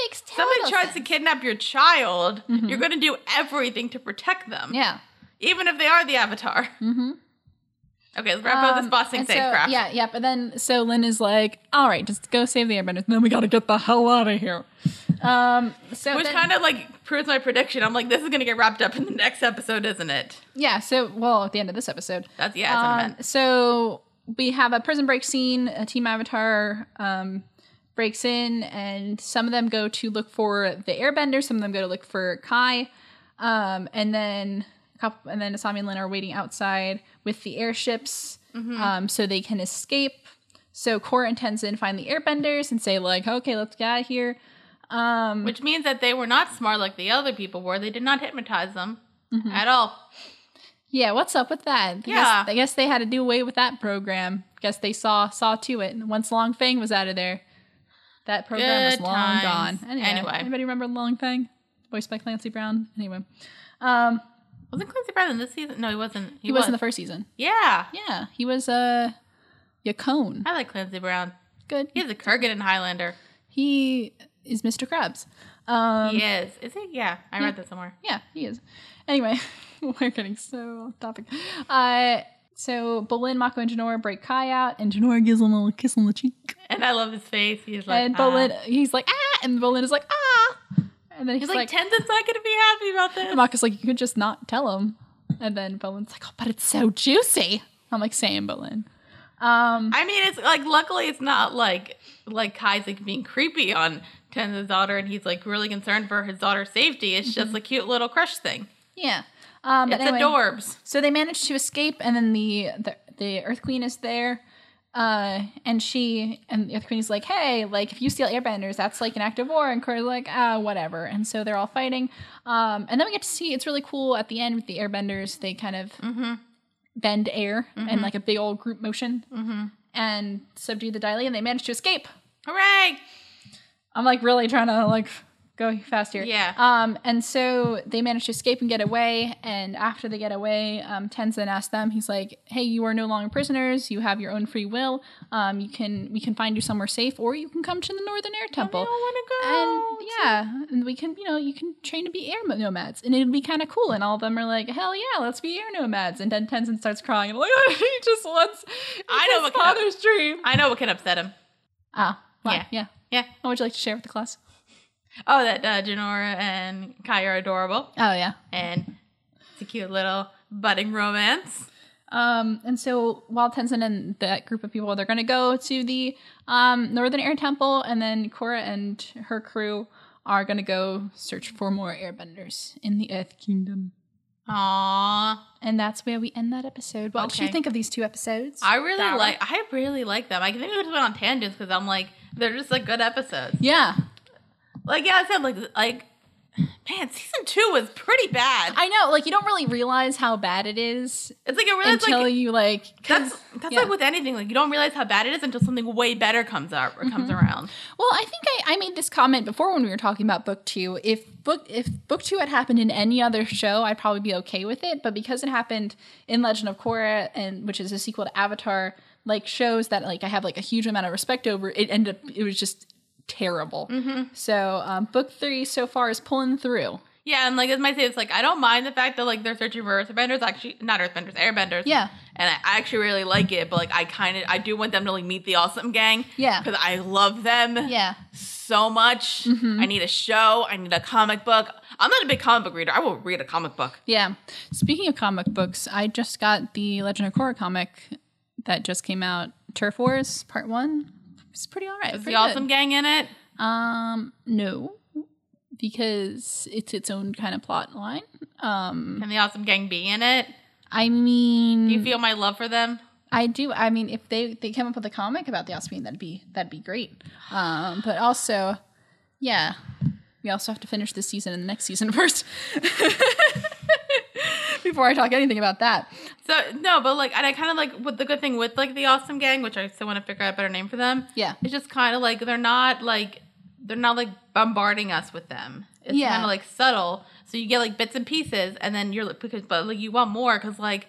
S2: makes total
S1: Somebody tries
S2: Oh, sense. Mm-hmm.
S1: to kidnap your child, you're going to do everything to protect them,
S2: yeah.
S1: even if they are the avatar. Mm-hmm. Okay, let's wrap up this
S2: Um,
S1: bossing
S2: and
S1: safe
S2: so,
S1: crap.
S2: Yeah, yeah. But then, so Lynn is like, all right, just go save the airbenders. And then we got to get the hell out of here. Um, so
S1: Which
S2: then-
S1: kind of like proves my prediction. I'm like, this is gonna get wrapped up in the next episode, isn't it?
S2: yeah. So well, at the end of this episode,
S1: That's yeah, that's what I
S2: Um,
S1: meant.
S2: so we have a prison break scene. A team avatar um, breaks in, and some of them go to look for the airbender. Some of them go to look for Kai, um, and then a couple, and then Asami and Lin are waiting outside with the airships, um, so they can escape. So Korra and Tenzin find the airbenders and say like, "Okay, let's get out of here." Um,
S1: Which means that they were not smart like the other people were. They did not hypnotize them
S2: Mm-hmm.
S1: at all.
S2: Yeah, what's up with that? I
S1: Yeah.
S2: guess, I guess they had to do away with that program. Guess they saw saw to it. And once Long Fang was out of there, that program was
S1: Good
S2: long
S1: times.
S2: gone. Anyway,
S1: Anyway.
S2: anybody remember Long Fang, voiced by Clancy Brown? Anyway,
S1: Wasn't Quincy Brown in this season? No, he wasn't. He,
S2: he was
S1: was.
S2: in the first season.
S1: yeah,
S2: Yeah, he was uh, Yacone.
S1: I like Clancy Brown.
S2: Good.
S1: He's a Kurgan in Highlander.
S2: He is Mr. Krabs. Um,
S1: He is. Is he? Yeah, I read that somewhere.
S2: Yeah, he is. Anyway, we're getting so off topic. Uh, so Bolin, Mako, and Janora break Kai out, and Janora gives him a little kiss on the cheek.
S1: And I love his face. He's like,
S2: and
S1: ah.
S2: Bolin, he's like, ah, and Bolin is like, ah, and then he's,
S1: He's
S2: like,
S1: like, Tenzin's not gonna be happy about this.
S2: and Maka's like, you could just not tell him, and then Bolin's like, oh, but it's so juicy. I'm like, same, Bolin. Um,
S1: I mean, it's like luckily it's not like like Kai's like being creepy on Tenzin's daughter, and he's like really concerned for his daughter's safety. It's just a cute little crush thing.
S2: yeah. Um, but
S1: It's
S2: Mm-hmm. anyway,
S1: adorbs.
S2: So they manage to escape, and then the the, the Earth Queen is there. Uh, and she and the Earth Queen is like, "Hey, like if you steal Airbenders, that's like an act of war." And Korra's like, "Ah, whatever." And so they're all fighting. Um, and then we get to see it's really cool at the end with the Airbenders. They kind of bend air and like a big old group motion, and subdue the Daily, and they manage to escape.
S1: Hooray!
S2: I'm like really trying to like go fast here.
S1: Yeah.
S2: Um, and so they manage to escape and get away. And after they get away, um, Tenzin asks them. He's like, "Hey, you are no longer prisoners. You have your own free will. Um, you can we can find you somewhere safe, or you can come to the Northern Air
S1: I
S2: Temple."
S1: don't want
S2: and
S1: to go.
S2: yeah, and we can, you know, you can train to be air mo- nomads, and it'd be kind of cool. And all of them are like, "Hell yeah, let's be air nomads!" And then Tenzin starts crying, and I'm like, "He just wants,
S1: I
S2: I
S1: know
S2: know his
S1: what kind of-
S2: father's dream."
S1: I know what can upset him.
S2: Ah, wow,
S1: Yeah.
S2: yeah, yeah.
S1: Yeah.
S2: What would you like to share with the class?
S1: Oh, that uh, Janora and Kai are adorable,
S2: Oh yeah,
S1: and it's a cute little budding romance.
S2: Um, and so while Tenzin and that group of people, they're going to go to the um, Northern Air Temple, and then Korra and her crew are going to go search for more airbenders in the Earth Kingdom.
S1: Aww.
S2: And that's where we end that episode. What did you
S1: Okay.
S2: think of these two episodes?
S1: I really
S2: Dara?
S1: like. I really like them. I think we just went on tangents because I'm like, they're just like good episodes.
S2: Yeah,
S1: Like yeah, I said like like, man, season two was pretty bad.
S2: I know. Like you don't really realize how bad it is
S1: It's like it really
S2: until
S1: like
S2: you like. 'cause-
S1: that's that's
S2: yeah.
S1: like with anything. Like you don't realize how bad it is until something way better comes up or comes
S2: Mm-hmm.
S1: around.
S2: Well, I think I, I made this comment before when we were talking about book two. If book if book two had happened in any other show, I'd probably be okay with it. But because it happened in Legend of Korra and which is a sequel to Avatar, like shows that like I have like a huge amount of respect over, it ended up it was just terrible. So um, book three so far is pulling through.
S1: Yeah, and like as my say, it's like I don't mind the fact that like they're searching for earthbenders. Actually, not earthbenders, airbenders.
S2: Yeah.
S1: and I I actually really like it. But like I kind of I do want them to like meet the awesome gang.
S2: Yeah.
S1: because I love them.
S2: Yeah. Mm-hmm.
S1: so much. I need a show. I need a comic book. I'm not a big comic book reader. I will read a comic book.
S2: Yeah. Speaking of comic books, I just got the Legend of Korra comic that just came out, Turf Wars Part One. It's pretty all right.
S1: Is the
S2: pretty good.
S1: awesome gang in it?
S2: Um, no, because it's its own kind of plot line. Um,
S1: Can the awesome gang be in it?
S2: I
S1: Do
S2: mean,
S1: you feel my love for them?
S2: I do. I mean, if they they came up with a comic about the Osmium, that'd be that'd be great. Um, but also, yeah, we also have to finish this season and the next season first. Before I talk anything about that,
S1: So no, but like, and I kind of like what the good thing with like the awesome gang, which I still want to figure out a better name for them.
S2: Yeah.
S1: it's just kind of like they're not like they're not like bombarding us with them. It's
S2: Yeah.
S1: kind of like subtle, so you get like bits and pieces, and then you're like because but like you want more because like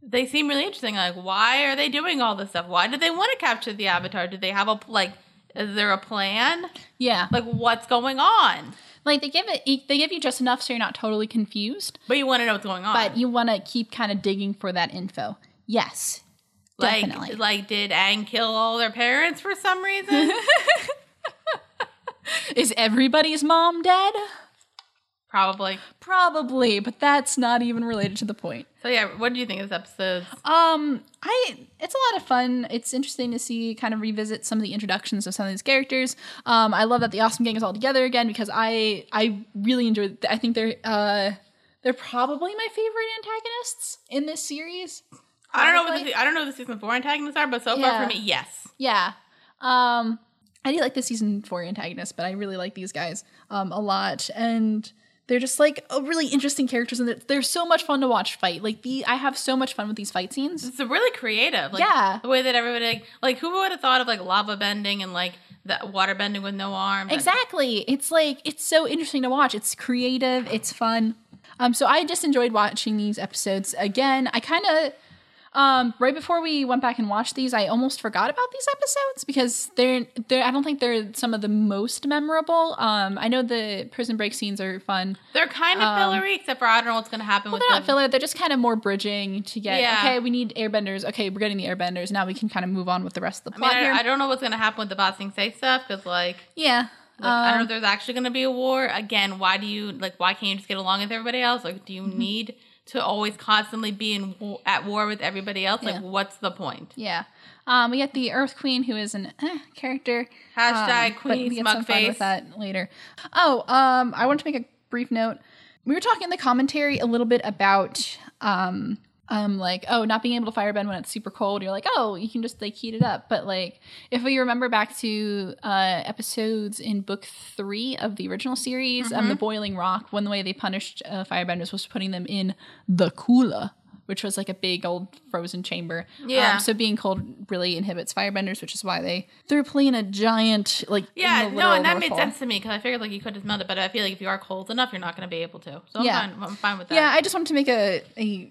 S1: they seem really interesting. Like, why are they doing all this stuff? Why do they want to capture the avatar? Do they have a like? Is there a plan?
S2: yeah,
S1: Like, what's going on?
S2: like they give it, e, they give you just enough so you're not totally confused,
S1: But you want to know what's going on.
S2: but you want to keep kind of digging for that info. Yes,
S1: like,
S2: definitely.
S1: like, did Aang kill all their parents for some reason?
S2: Is everybody's mom dead?
S1: Probably.
S2: Probably, but that's not even related to the point.
S1: So yeah, what do you think of this episode?
S2: Um, I it's a lot of fun. It's interesting to see kind of revisit some of the introductions of some of these characters. Um, I love that the Awesome Gang is all together again because I I really enjoyed. I think they're uh they're probably my favorite antagonists in this series.
S1: I don't know what
S2: Probably.
S1: the se- I don't know what the season four antagonists are, but so far
S2: Yeah.
S1: for me, yes.
S2: Yeah. Um, I do like the season four antagonist, but I really like these guys um, a lot, and they're just like a really interesting characters, and they're, they're so much fun to watch fight. Like the, I have so much fun with these fight scenes.
S1: It's really creative. Like,
S2: Yeah.
S1: The way that everybody like who would have thought of like lava bending and like that water bending with no arms. And-
S2: Exactly. It's like it's so interesting to watch. It's creative. It's fun. Um, so I just enjoyed watching these episodes again. I kind of. Um, right before we went back and watched these, I almost forgot about these episodes because they're they're I don't think they're some of the most memorable. Um, I know the prison break scenes are fun.
S1: They're kind of
S2: Um,
S1: fillery, except for I don't know what's going to happen
S2: Well,
S1: with
S2: they're not
S1: the-
S2: filler. They're just kind of more bridging to get
S1: Yeah.
S2: okay. We need airbenders. Okay, we're getting the airbenders. Now we can kind of move on with the rest of the
S1: I mean,
S2: plot
S1: I,
S2: here.
S1: I don't know what's going to happen with the boxing say stuff because like,
S2: yeah,
S1: like, I don't know
S2: Um,
S1: if there's actually going to be a war. Again, why do you like? Why can't you just get along with everybody else? Like, do you
S2: Mm-hmm.
S1: need to always constantly be in war, at war with everybody else? Like,
S2: Yeah.
S1: what's the point?
S2: Yeah. Um, we get the Earth Queen, who is an eh, character.
S1: Hashtag
S2: um, but
S1: Queen
S2: we get
S1: Smug
S2: some fun
S1: Face.
S2: with that later. Oh, um, I want to make a brief note. We were talking in the commentary a little bit about um, um, like oh, not being able to fire bend when it's super cold. You're like oh, you can just like heat it up. But like if we remember back to uh, episodes in book three of the original series,
S1: Mm-hmm.
S2: um, the Boiling Rock, one way they punished uh, firebenders was putting them in the cooler. Which was like a big old frozen chamber.
S1: Yeah.
S2: Um, so being cold really inhibits firebenders, which is why they they're playing a giant like in the
S1: Yeah, no,
S2: literal
S1: and that
S2: North
S1: made
S2: Pole.
S1: sense to me because I figured like you could have smelled it, but I feel like if you are cold enough, you're not going to be able to. So I'm
S2: Yeah.
S1: fine. I'm fine with that.
S2: Yeah, I just wanted to make a a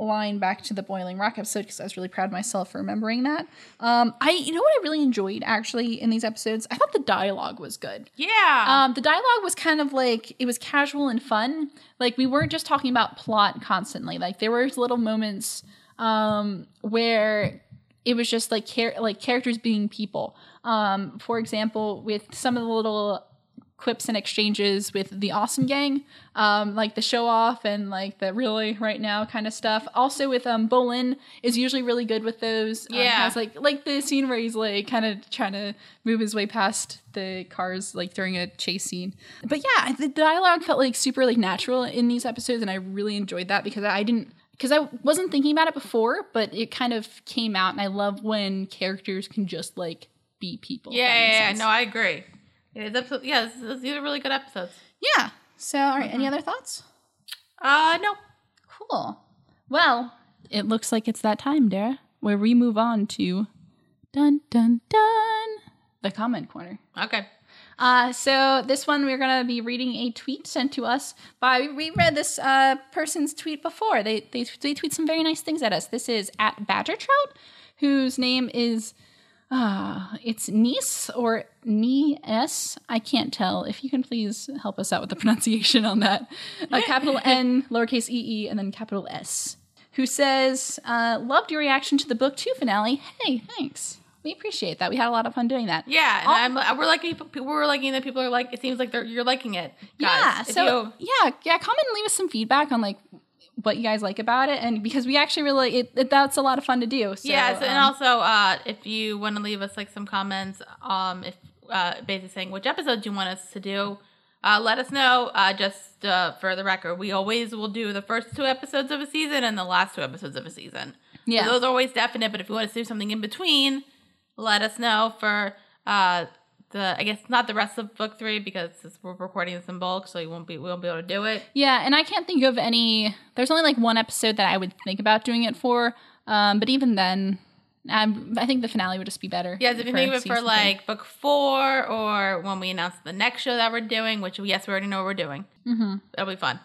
S2: line back to the Boiling Rock episode because I was really proud of myself for remembering that. Um, I you know what I really enjoyed actually in these episodes, I thought the dialogue was good.
S1: yeah.
S2: Um, the dialogue was kind of like it was casual and fun. Like we weren't just talking about plot constantly. Like there were little moments um, where it was just like char- like characters being people. Um, for example, with some of the little quips and exchanges with the awesome gang, um, like the show off and like the really right now kind of stuff. Also with um, Bolin is usually really good with those. Um,
S1: Yeah.
S2: has, like like the scene where he's like kind of trying to move his way past the cars like during a chase scene. But yeah, the dialogue felt like super like natural in these episodes, and I really enjoyed that because I didn't. Because I wasn't thinking about it before, but it kind of came out, and I love when characters can just like be people. if
S1: yeah,
S2: that makes
S1: yeah, yeah.
S2: sense.
S1: No, I agree. Yeah, this episode, yeah this, this- these are really good episodes.
S2: Yeah. So, all right, Any
S1: Mm-hmm.
S2: other thoughts?
S1: Uh, no.
S2: Cool. Well, it looks like it's that time, Dara, where we move on to dun dun dun the comment corner.
S1: Okay.
S2: Uh, so this one we're gonna be reading a tweet sent to us by we read this uh, person's tweet before. They, they they tweet some very nice things at us. This is at Badger Trout, whose name is uh, it's Nice or Nies. I can't tell. If you can please help us out with the pronunciation on that. Uh, capital N, lowercase e e, and then capital S. Who says, uh, loved your reaction to the book two finale. Hey, thanks. We appreciate that. We had a lot of fun doing that.
S1: Yeah, and I'm, we're liking people, we're liking that people are like. It seems like they're you're liking it. Guys.
S2: Yeah.
S1: If
S2: So
S1: you-
S2: yeah, yeah. Comment and leave us some feedback on like what you guys like about it, and because we actually really it, it- that's a lot of fun to do. So,
S1: yeah, so, and
S2: um,
S1: also uh, if you want to leave us like some comments, um, if uh, basically saying which episodes you want us to do, uh, let us know. Uh, just uh, for the record, we always will do the first two episodes of a season and the last two episodes of a season. So
S2: yeah,
S1: those are always definite. But if you want us to do something in between, let us know for uh, the I guess not the rest of book three because it's- we're recording this in bulk, so you won't be we won't be able to do it.
S2: yeah. And I can't think of any. There's only like one episode that I would think about doing it for, um, but even then. Um, I think the finale would just be better.
S1: Yes, if you
S2: for
S1: think of it for
S2: season
S1: like book four or when we announce the next show that we're doing, which yes, we already know we're doing. Mm-hmm. That'll be fun.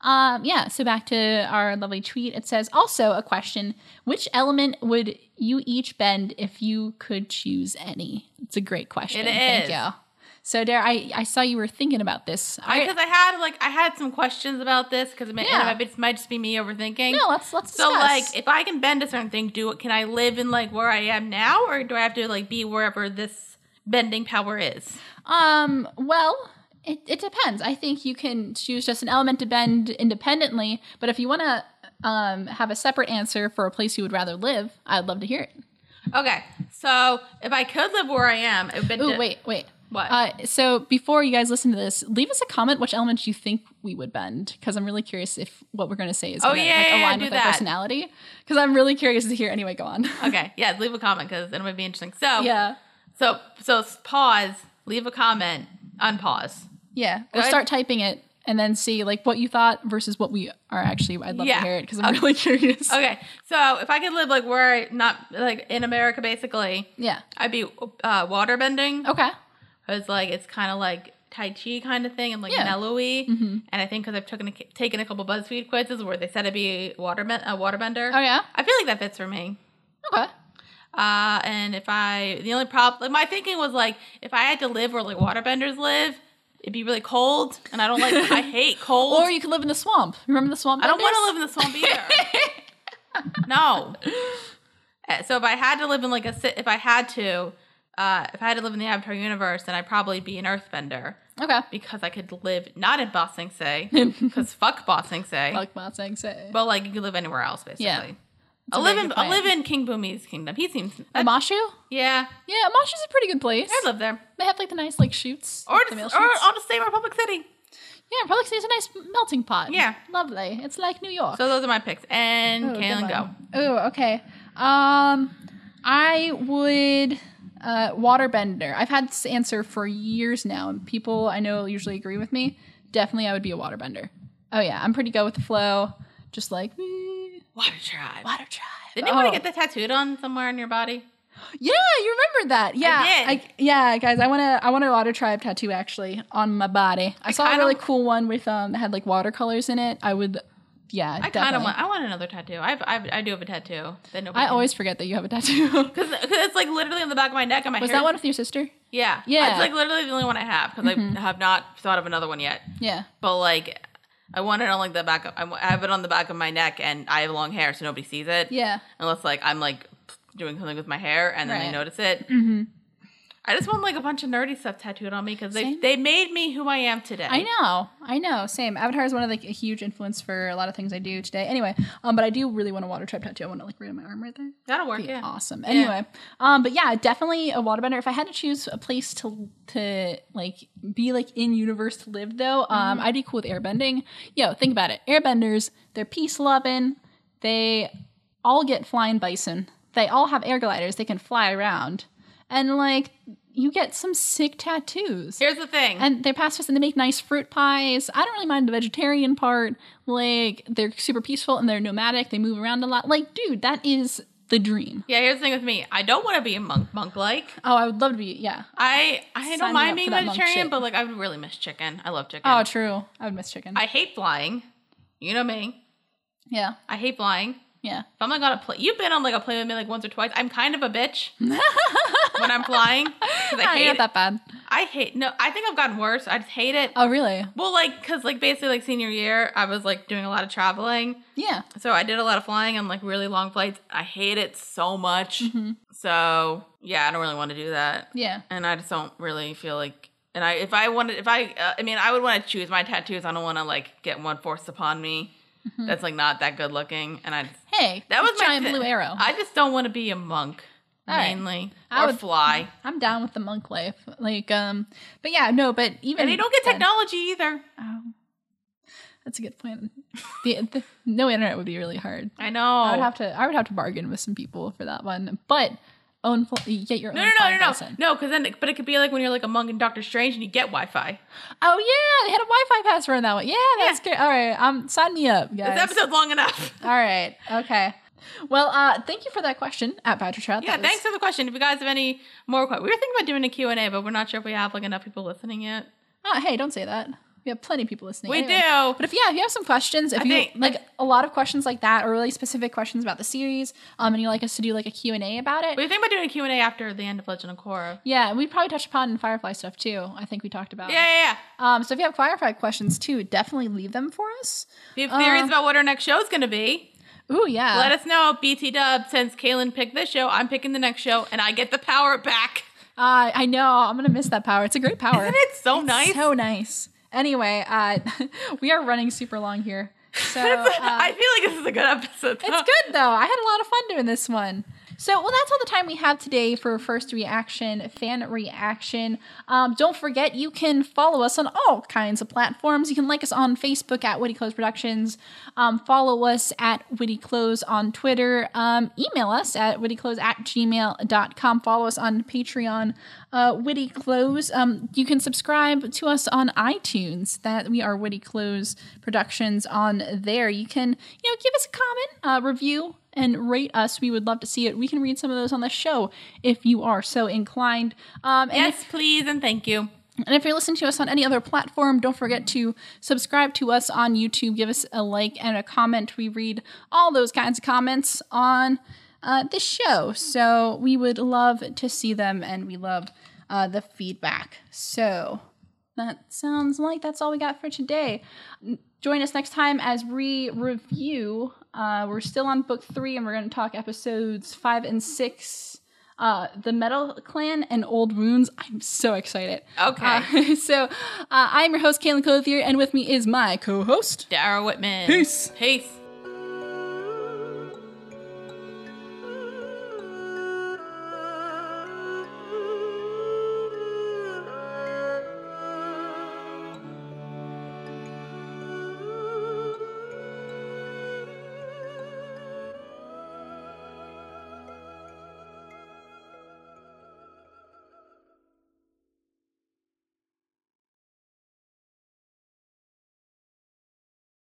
S2: Um, yeah, so back to our lovely tweet. It says also a question Which element would you each bend if you could choose any? It's a great question.
S1: It
S2: Thank
S1: is.
S2: you. So, Dare, I, I saw you were thinking about this. I,
S1: Because I had like I had some questions about this because it, may-
S2: Yeah.
S1: it might- it might just be me overthinking.
S2: no, let's let's
S1: so
S2: discuss.
S1: like if I can bend a certain thing, do it. Can I live in like where I am now, or do I have to like be wherever this bending power is?
S2: Um, well, it, it depends. I think you can choose just an element to bend independently, but if you want to um, have a separate answer for a place you would rather live, I'd love to hear it.
S1: Okay, so if I could live where I am, it would bend.
S2: Ooh,
S1: it-
S2: Oh, wait, wait.
S1: What?
S2: Uh, so before you guys listen to this, leave us a comment which elements you think we would bend, because I'm really curious if what we're going to say is
S1: Oh,
S2: going to
S1: yeah,
S2: like,
S1: yeah, yeah,
S2: align
S1: do
S2: with
S1: that.
S2: our personality. Because I'm really curious to hear. Anyway, go on.
S1: Okay, yeah, leave a comment because it would be interesting. So
S2: yeah,
S1: So so s- pause, leave a comment, unpause.
S2: yeah.
S1: Good.
S2: Or start typing it and then see like what you thought versus what we are actually. I'd love
S1: Yeah.
S2: to hear it because I'm really curious.
S1: Okay, so if I could live like where I- not like in America, basically,
S2: Yeah.
S1: I'd be uh, water bending.
S2: Okay.
S1: It's like it's kind of like Tai Chi kind of thing and like
S2: Yeah. Mm-hmm.
S1: mellowy. And I think because I've taken a, taken a couple BuzzFeed quizzes where they said I'd be water ben- a waterbender.
S2: Oh yeah.
S1: I feel like that fits for me.
S2: Okay.
S1: Uh, and if I, the only problem, like my thinking was like, if I had to live where like waterbenders live, it'd be really cold, and I don't like, I hate cold.
S2: Or you could live in the swamp. Remember the swamp?
S1: I don't want to
S2: benders?
S1: live in the swamp either. no. Uh, So if I had to live in like a ci- if I had to, uh, if I had to live in the Avatar universe, then I'd probably be an Earthbender
S2: Okay.
S1: because I could live not in Ba Sing Se because fuck Ba Sing Se,
S2: Like Ma Sang say.
S1: but like you could live anywhere else basically.
S2: Yeah.
S1: I
S2: a
S1: live
S2: very
S1: in
S2: good
S1: I
S2: plan.
S1: live in King Bumi's kingdom. He seems that-
S2: Amashu?
S1: yeah.
S2: Yeah, Amashu's a pretty good place.
S1: I live there,
S2: They have like the nice like shoots.
S1: or
S2: like, the
S1: just,
S2: male
S1: or
S2: shoots.
S1: I'll just stay in Republic City.
S2: yeah, probably it's a nice melting pot.
S1: Yeah.
S2: lovely. It's like New York.
S1: So those are my picks, and
S2: Ooh,
S1: Kaylin
S2: Oh, good
S1: go.
S2: one. Ooh, okay. Um, I would uh, waterbender. I've had this answer for years now, and people I know usually agree with me. Definitely, I would be a waterbender. Oh yeah, I'm pretty good with the flow. Just like eh,
S1: Water tribe.
S2: water tribe.
S1: Didn't you want
S2: Oh.
S1: to get that tattooed on somewhere on your body?
S2: Yeah, you remembered that. Yeah,
S1: did.
S2: yeah, guys, I want to. I want a water tribe tattoo actually on my body. I, saw a
S1: kinda-
S2: really cool one with um that had like watercolors in it. I would. Yeah,
S1: I kind of
S2: definitely.
S1: want. I want another tattoo. I've, I've I do have a tattoo. That nobody
S2: I always forget that you have a tattoo.
S1: because it's like literally on the back of my neck and my
S2: Was
S1: hair.
S2: that one with your sister?
S1: Yeah,
S2: Yeah. Mm-hmm.
S1: It's like literally the only one I have because I have not thought of another one yet.
S2: Yeah.
S1: But like, I want it on like the back. Of, I wa- I have it on the back of my neck, and I have long hair, so nobody sees it.
S2: Yeah.
S1: Unless like I'm like doing something with my hair, and then they
S2: Right.
S1: notice it.
S2: Mm-hmm.
S1: I just want like a bunch of nerdy stuff tattooed on me because they
S2: Same.
S1: they made me who I am today.
S2: I know. I know. Same. Avatar is one of like a huge influence for a lot of things I do today. Anyway, um, but I do really want a water tribe tattoo. I want it like right on my arm right there.
S1: That'll work.
S2: be
S1: Yeah.
S2: awesome. Anyway, um, but yeah, definitely a waterbender. If I had to choose a place to to like be like in universe to live though,
S1: Mm-hmm.
S2: um, I'd be cool with airbending. Yo, think about it. Airbenders, they're peace loving. They all get flying bison. They all have air gliders. They can fly around, and like you get some sick tattoos.
S1: Here's the thing.
S2: And they're pacifists and they make nice fruit pies. I don't really mind the vegetarian part. Like, they're super peaceful and they're nomadic. They move around a lot. Like, dude, that is the dream.
S1: yeah, here's the thing with me. I don't want to be a monk monk like.
S2: Oh, I would love to be. Yeah.
S1: I I
S2: Sign me
S1: don't
S2: up
S1: mind being
S2: for that monk
S1: vegetarian,
S2: shit.
S1: but like I would really miss chicken. I love chicken.
S2: Oh, true. I would miss chicken.
S1: I hate flying. You know me.
S2: yeah.
S1: I hate flying. If
S2: Yeah.
S1: I'm like on a plane, you've been on like a plane with me like once or twice. I'm kind of a bitch when I'm flying. 'cause I
S2: Ah,
S1: hate
S2: you're not
S1: it.
S2: that bad.
S1: I hate. No, I think I've gotten worse. I just hate it.
S2: Oh, really?
S1: Well, like, cause like basically like senior year, I was like doing a lot of traveling,
S2: Yeah.
S1: so I did a lot of flying on like really long flights. I hate it so much.
S2: Mm-hmm.
S1: So yeah, I don't really want to do that.
S2: Yeah.
S1: and I just don't really feel like. And I, if I wanted, if I, uh, I mean, I would want to choose my tattoos. I don't want to like get one forced upon me. That's like not that good looking. And I, just,
S2: Hey,
S1: that was my
S2: Mm-hmm. giant
S1: thi-
S2: blue arrow. I,
S1: I just don't want to be a monk
S2: All right.
S1: mainly
S2: I
S1: or
S2: would-
S1: fly.
S2: am down with the monk life. Like, um, but yeah, no, but even
S1: And they don't get
S2: then-
S1: technology either.
S2: Oh, that's a good point. The, the, no internet would be really hard.
S1: I know.
S2: I would have to. I would have to bargain with some people for that one. But own fl- you get your
S1: no,
S2: own.
S1: no, no,
S2: flying
S1: no, no,
S2: person.
S1: no. Because then, it- but it could be like when you're like a monk in Doctor Strange and you get Wi-Fi.
S2: Oh yeah, they had a Wi-Fi password on that one. Yeah, that's good. All right, um, sign me up, guys.
S1: This episode's long enough.
S2: All right, okay. Well, uh, thank you for that question at Patrick Trout.
S1: Yeah,
S2: That was-
S1: thanks for the question. If you guys have any more questions, we were thinking about doing a Q&A, but we're not sure if we have like enough people listening yet.
S2: Oh, hey, don't say that. We have plenty of people listening.
S1: We
S2: Anyway.
S1: do.
S2: But if yeah, if you have some questions, if
S1: I
S2: you
S1: think-
S2: like a lot of questions like that, or really specific questions about the series, um, and you would like us to do like a Q and A about it,
S1: We think about doing a Q&A after the end of Legend of Korra.
S2: yeah, and we probably touched upon Firefly stuff too. I think we talked about.
S1: Yeah, yeah,
S2: Um, so if you have Firefly questions too, definitely leave them for us.
S1: yeah. If you have
S2: Uh-huh.
S1: theories about what our next show is going to be,
S2: Ooh, yeah.
S1: let us know. BT Dub, since Kaylin picked this show, I'm picking the next show, and I get the power back.
S2: Uh, I know. I'm gonna miss that power. It's a great power.
S1: Isn't it so nice?
S2: So nice. Anyway, uh, we are running super long here. So uh,
S1: I feel like this is a good episode. though.
S2: it's good though. I had a lot of fun doing this one. So, well, that's all the time we have today for first reaction, fan reaction. Um, don't forget, you can follow us on all kinds of platforms. You can like us on Facebook at Witty Clothes Productions. Um, follow us at Witty Clothes on Twitter. Um, email us at wittyclothes at gmail.com. Follow us on Patreon, uh, Witty Clothes. Um, you can subscribe to us on iTunes. That we are Witty Clothes Productions on there. You can, you know, give us a comment, uh, review, and rate us. We would love to see it. We can read some of those on the show if you are so inclined. Um, and,
S1: Yes, please, and thank you.
S2: if, and if you're listening to us on any other platform, don't forget to subscribe to us on YouTube. Give us a like and a comment. We read all those kinds of comments on uh, this show. So we would love to see them and we love uh, the feedback. So that sounds like that's all we got for today. Join us next time as we review. Uh, we're still on book three, and we're going to talk episodes five and six. Uh, the Metal Clan and Old Wounds. I'm so excited.
S1: Okay.
S2: Uh, so uh, I'm your host, Caitlin Clothier, and with me is my co host.
S1: Dara Whitman.
S2: Peace.
S1: Peace.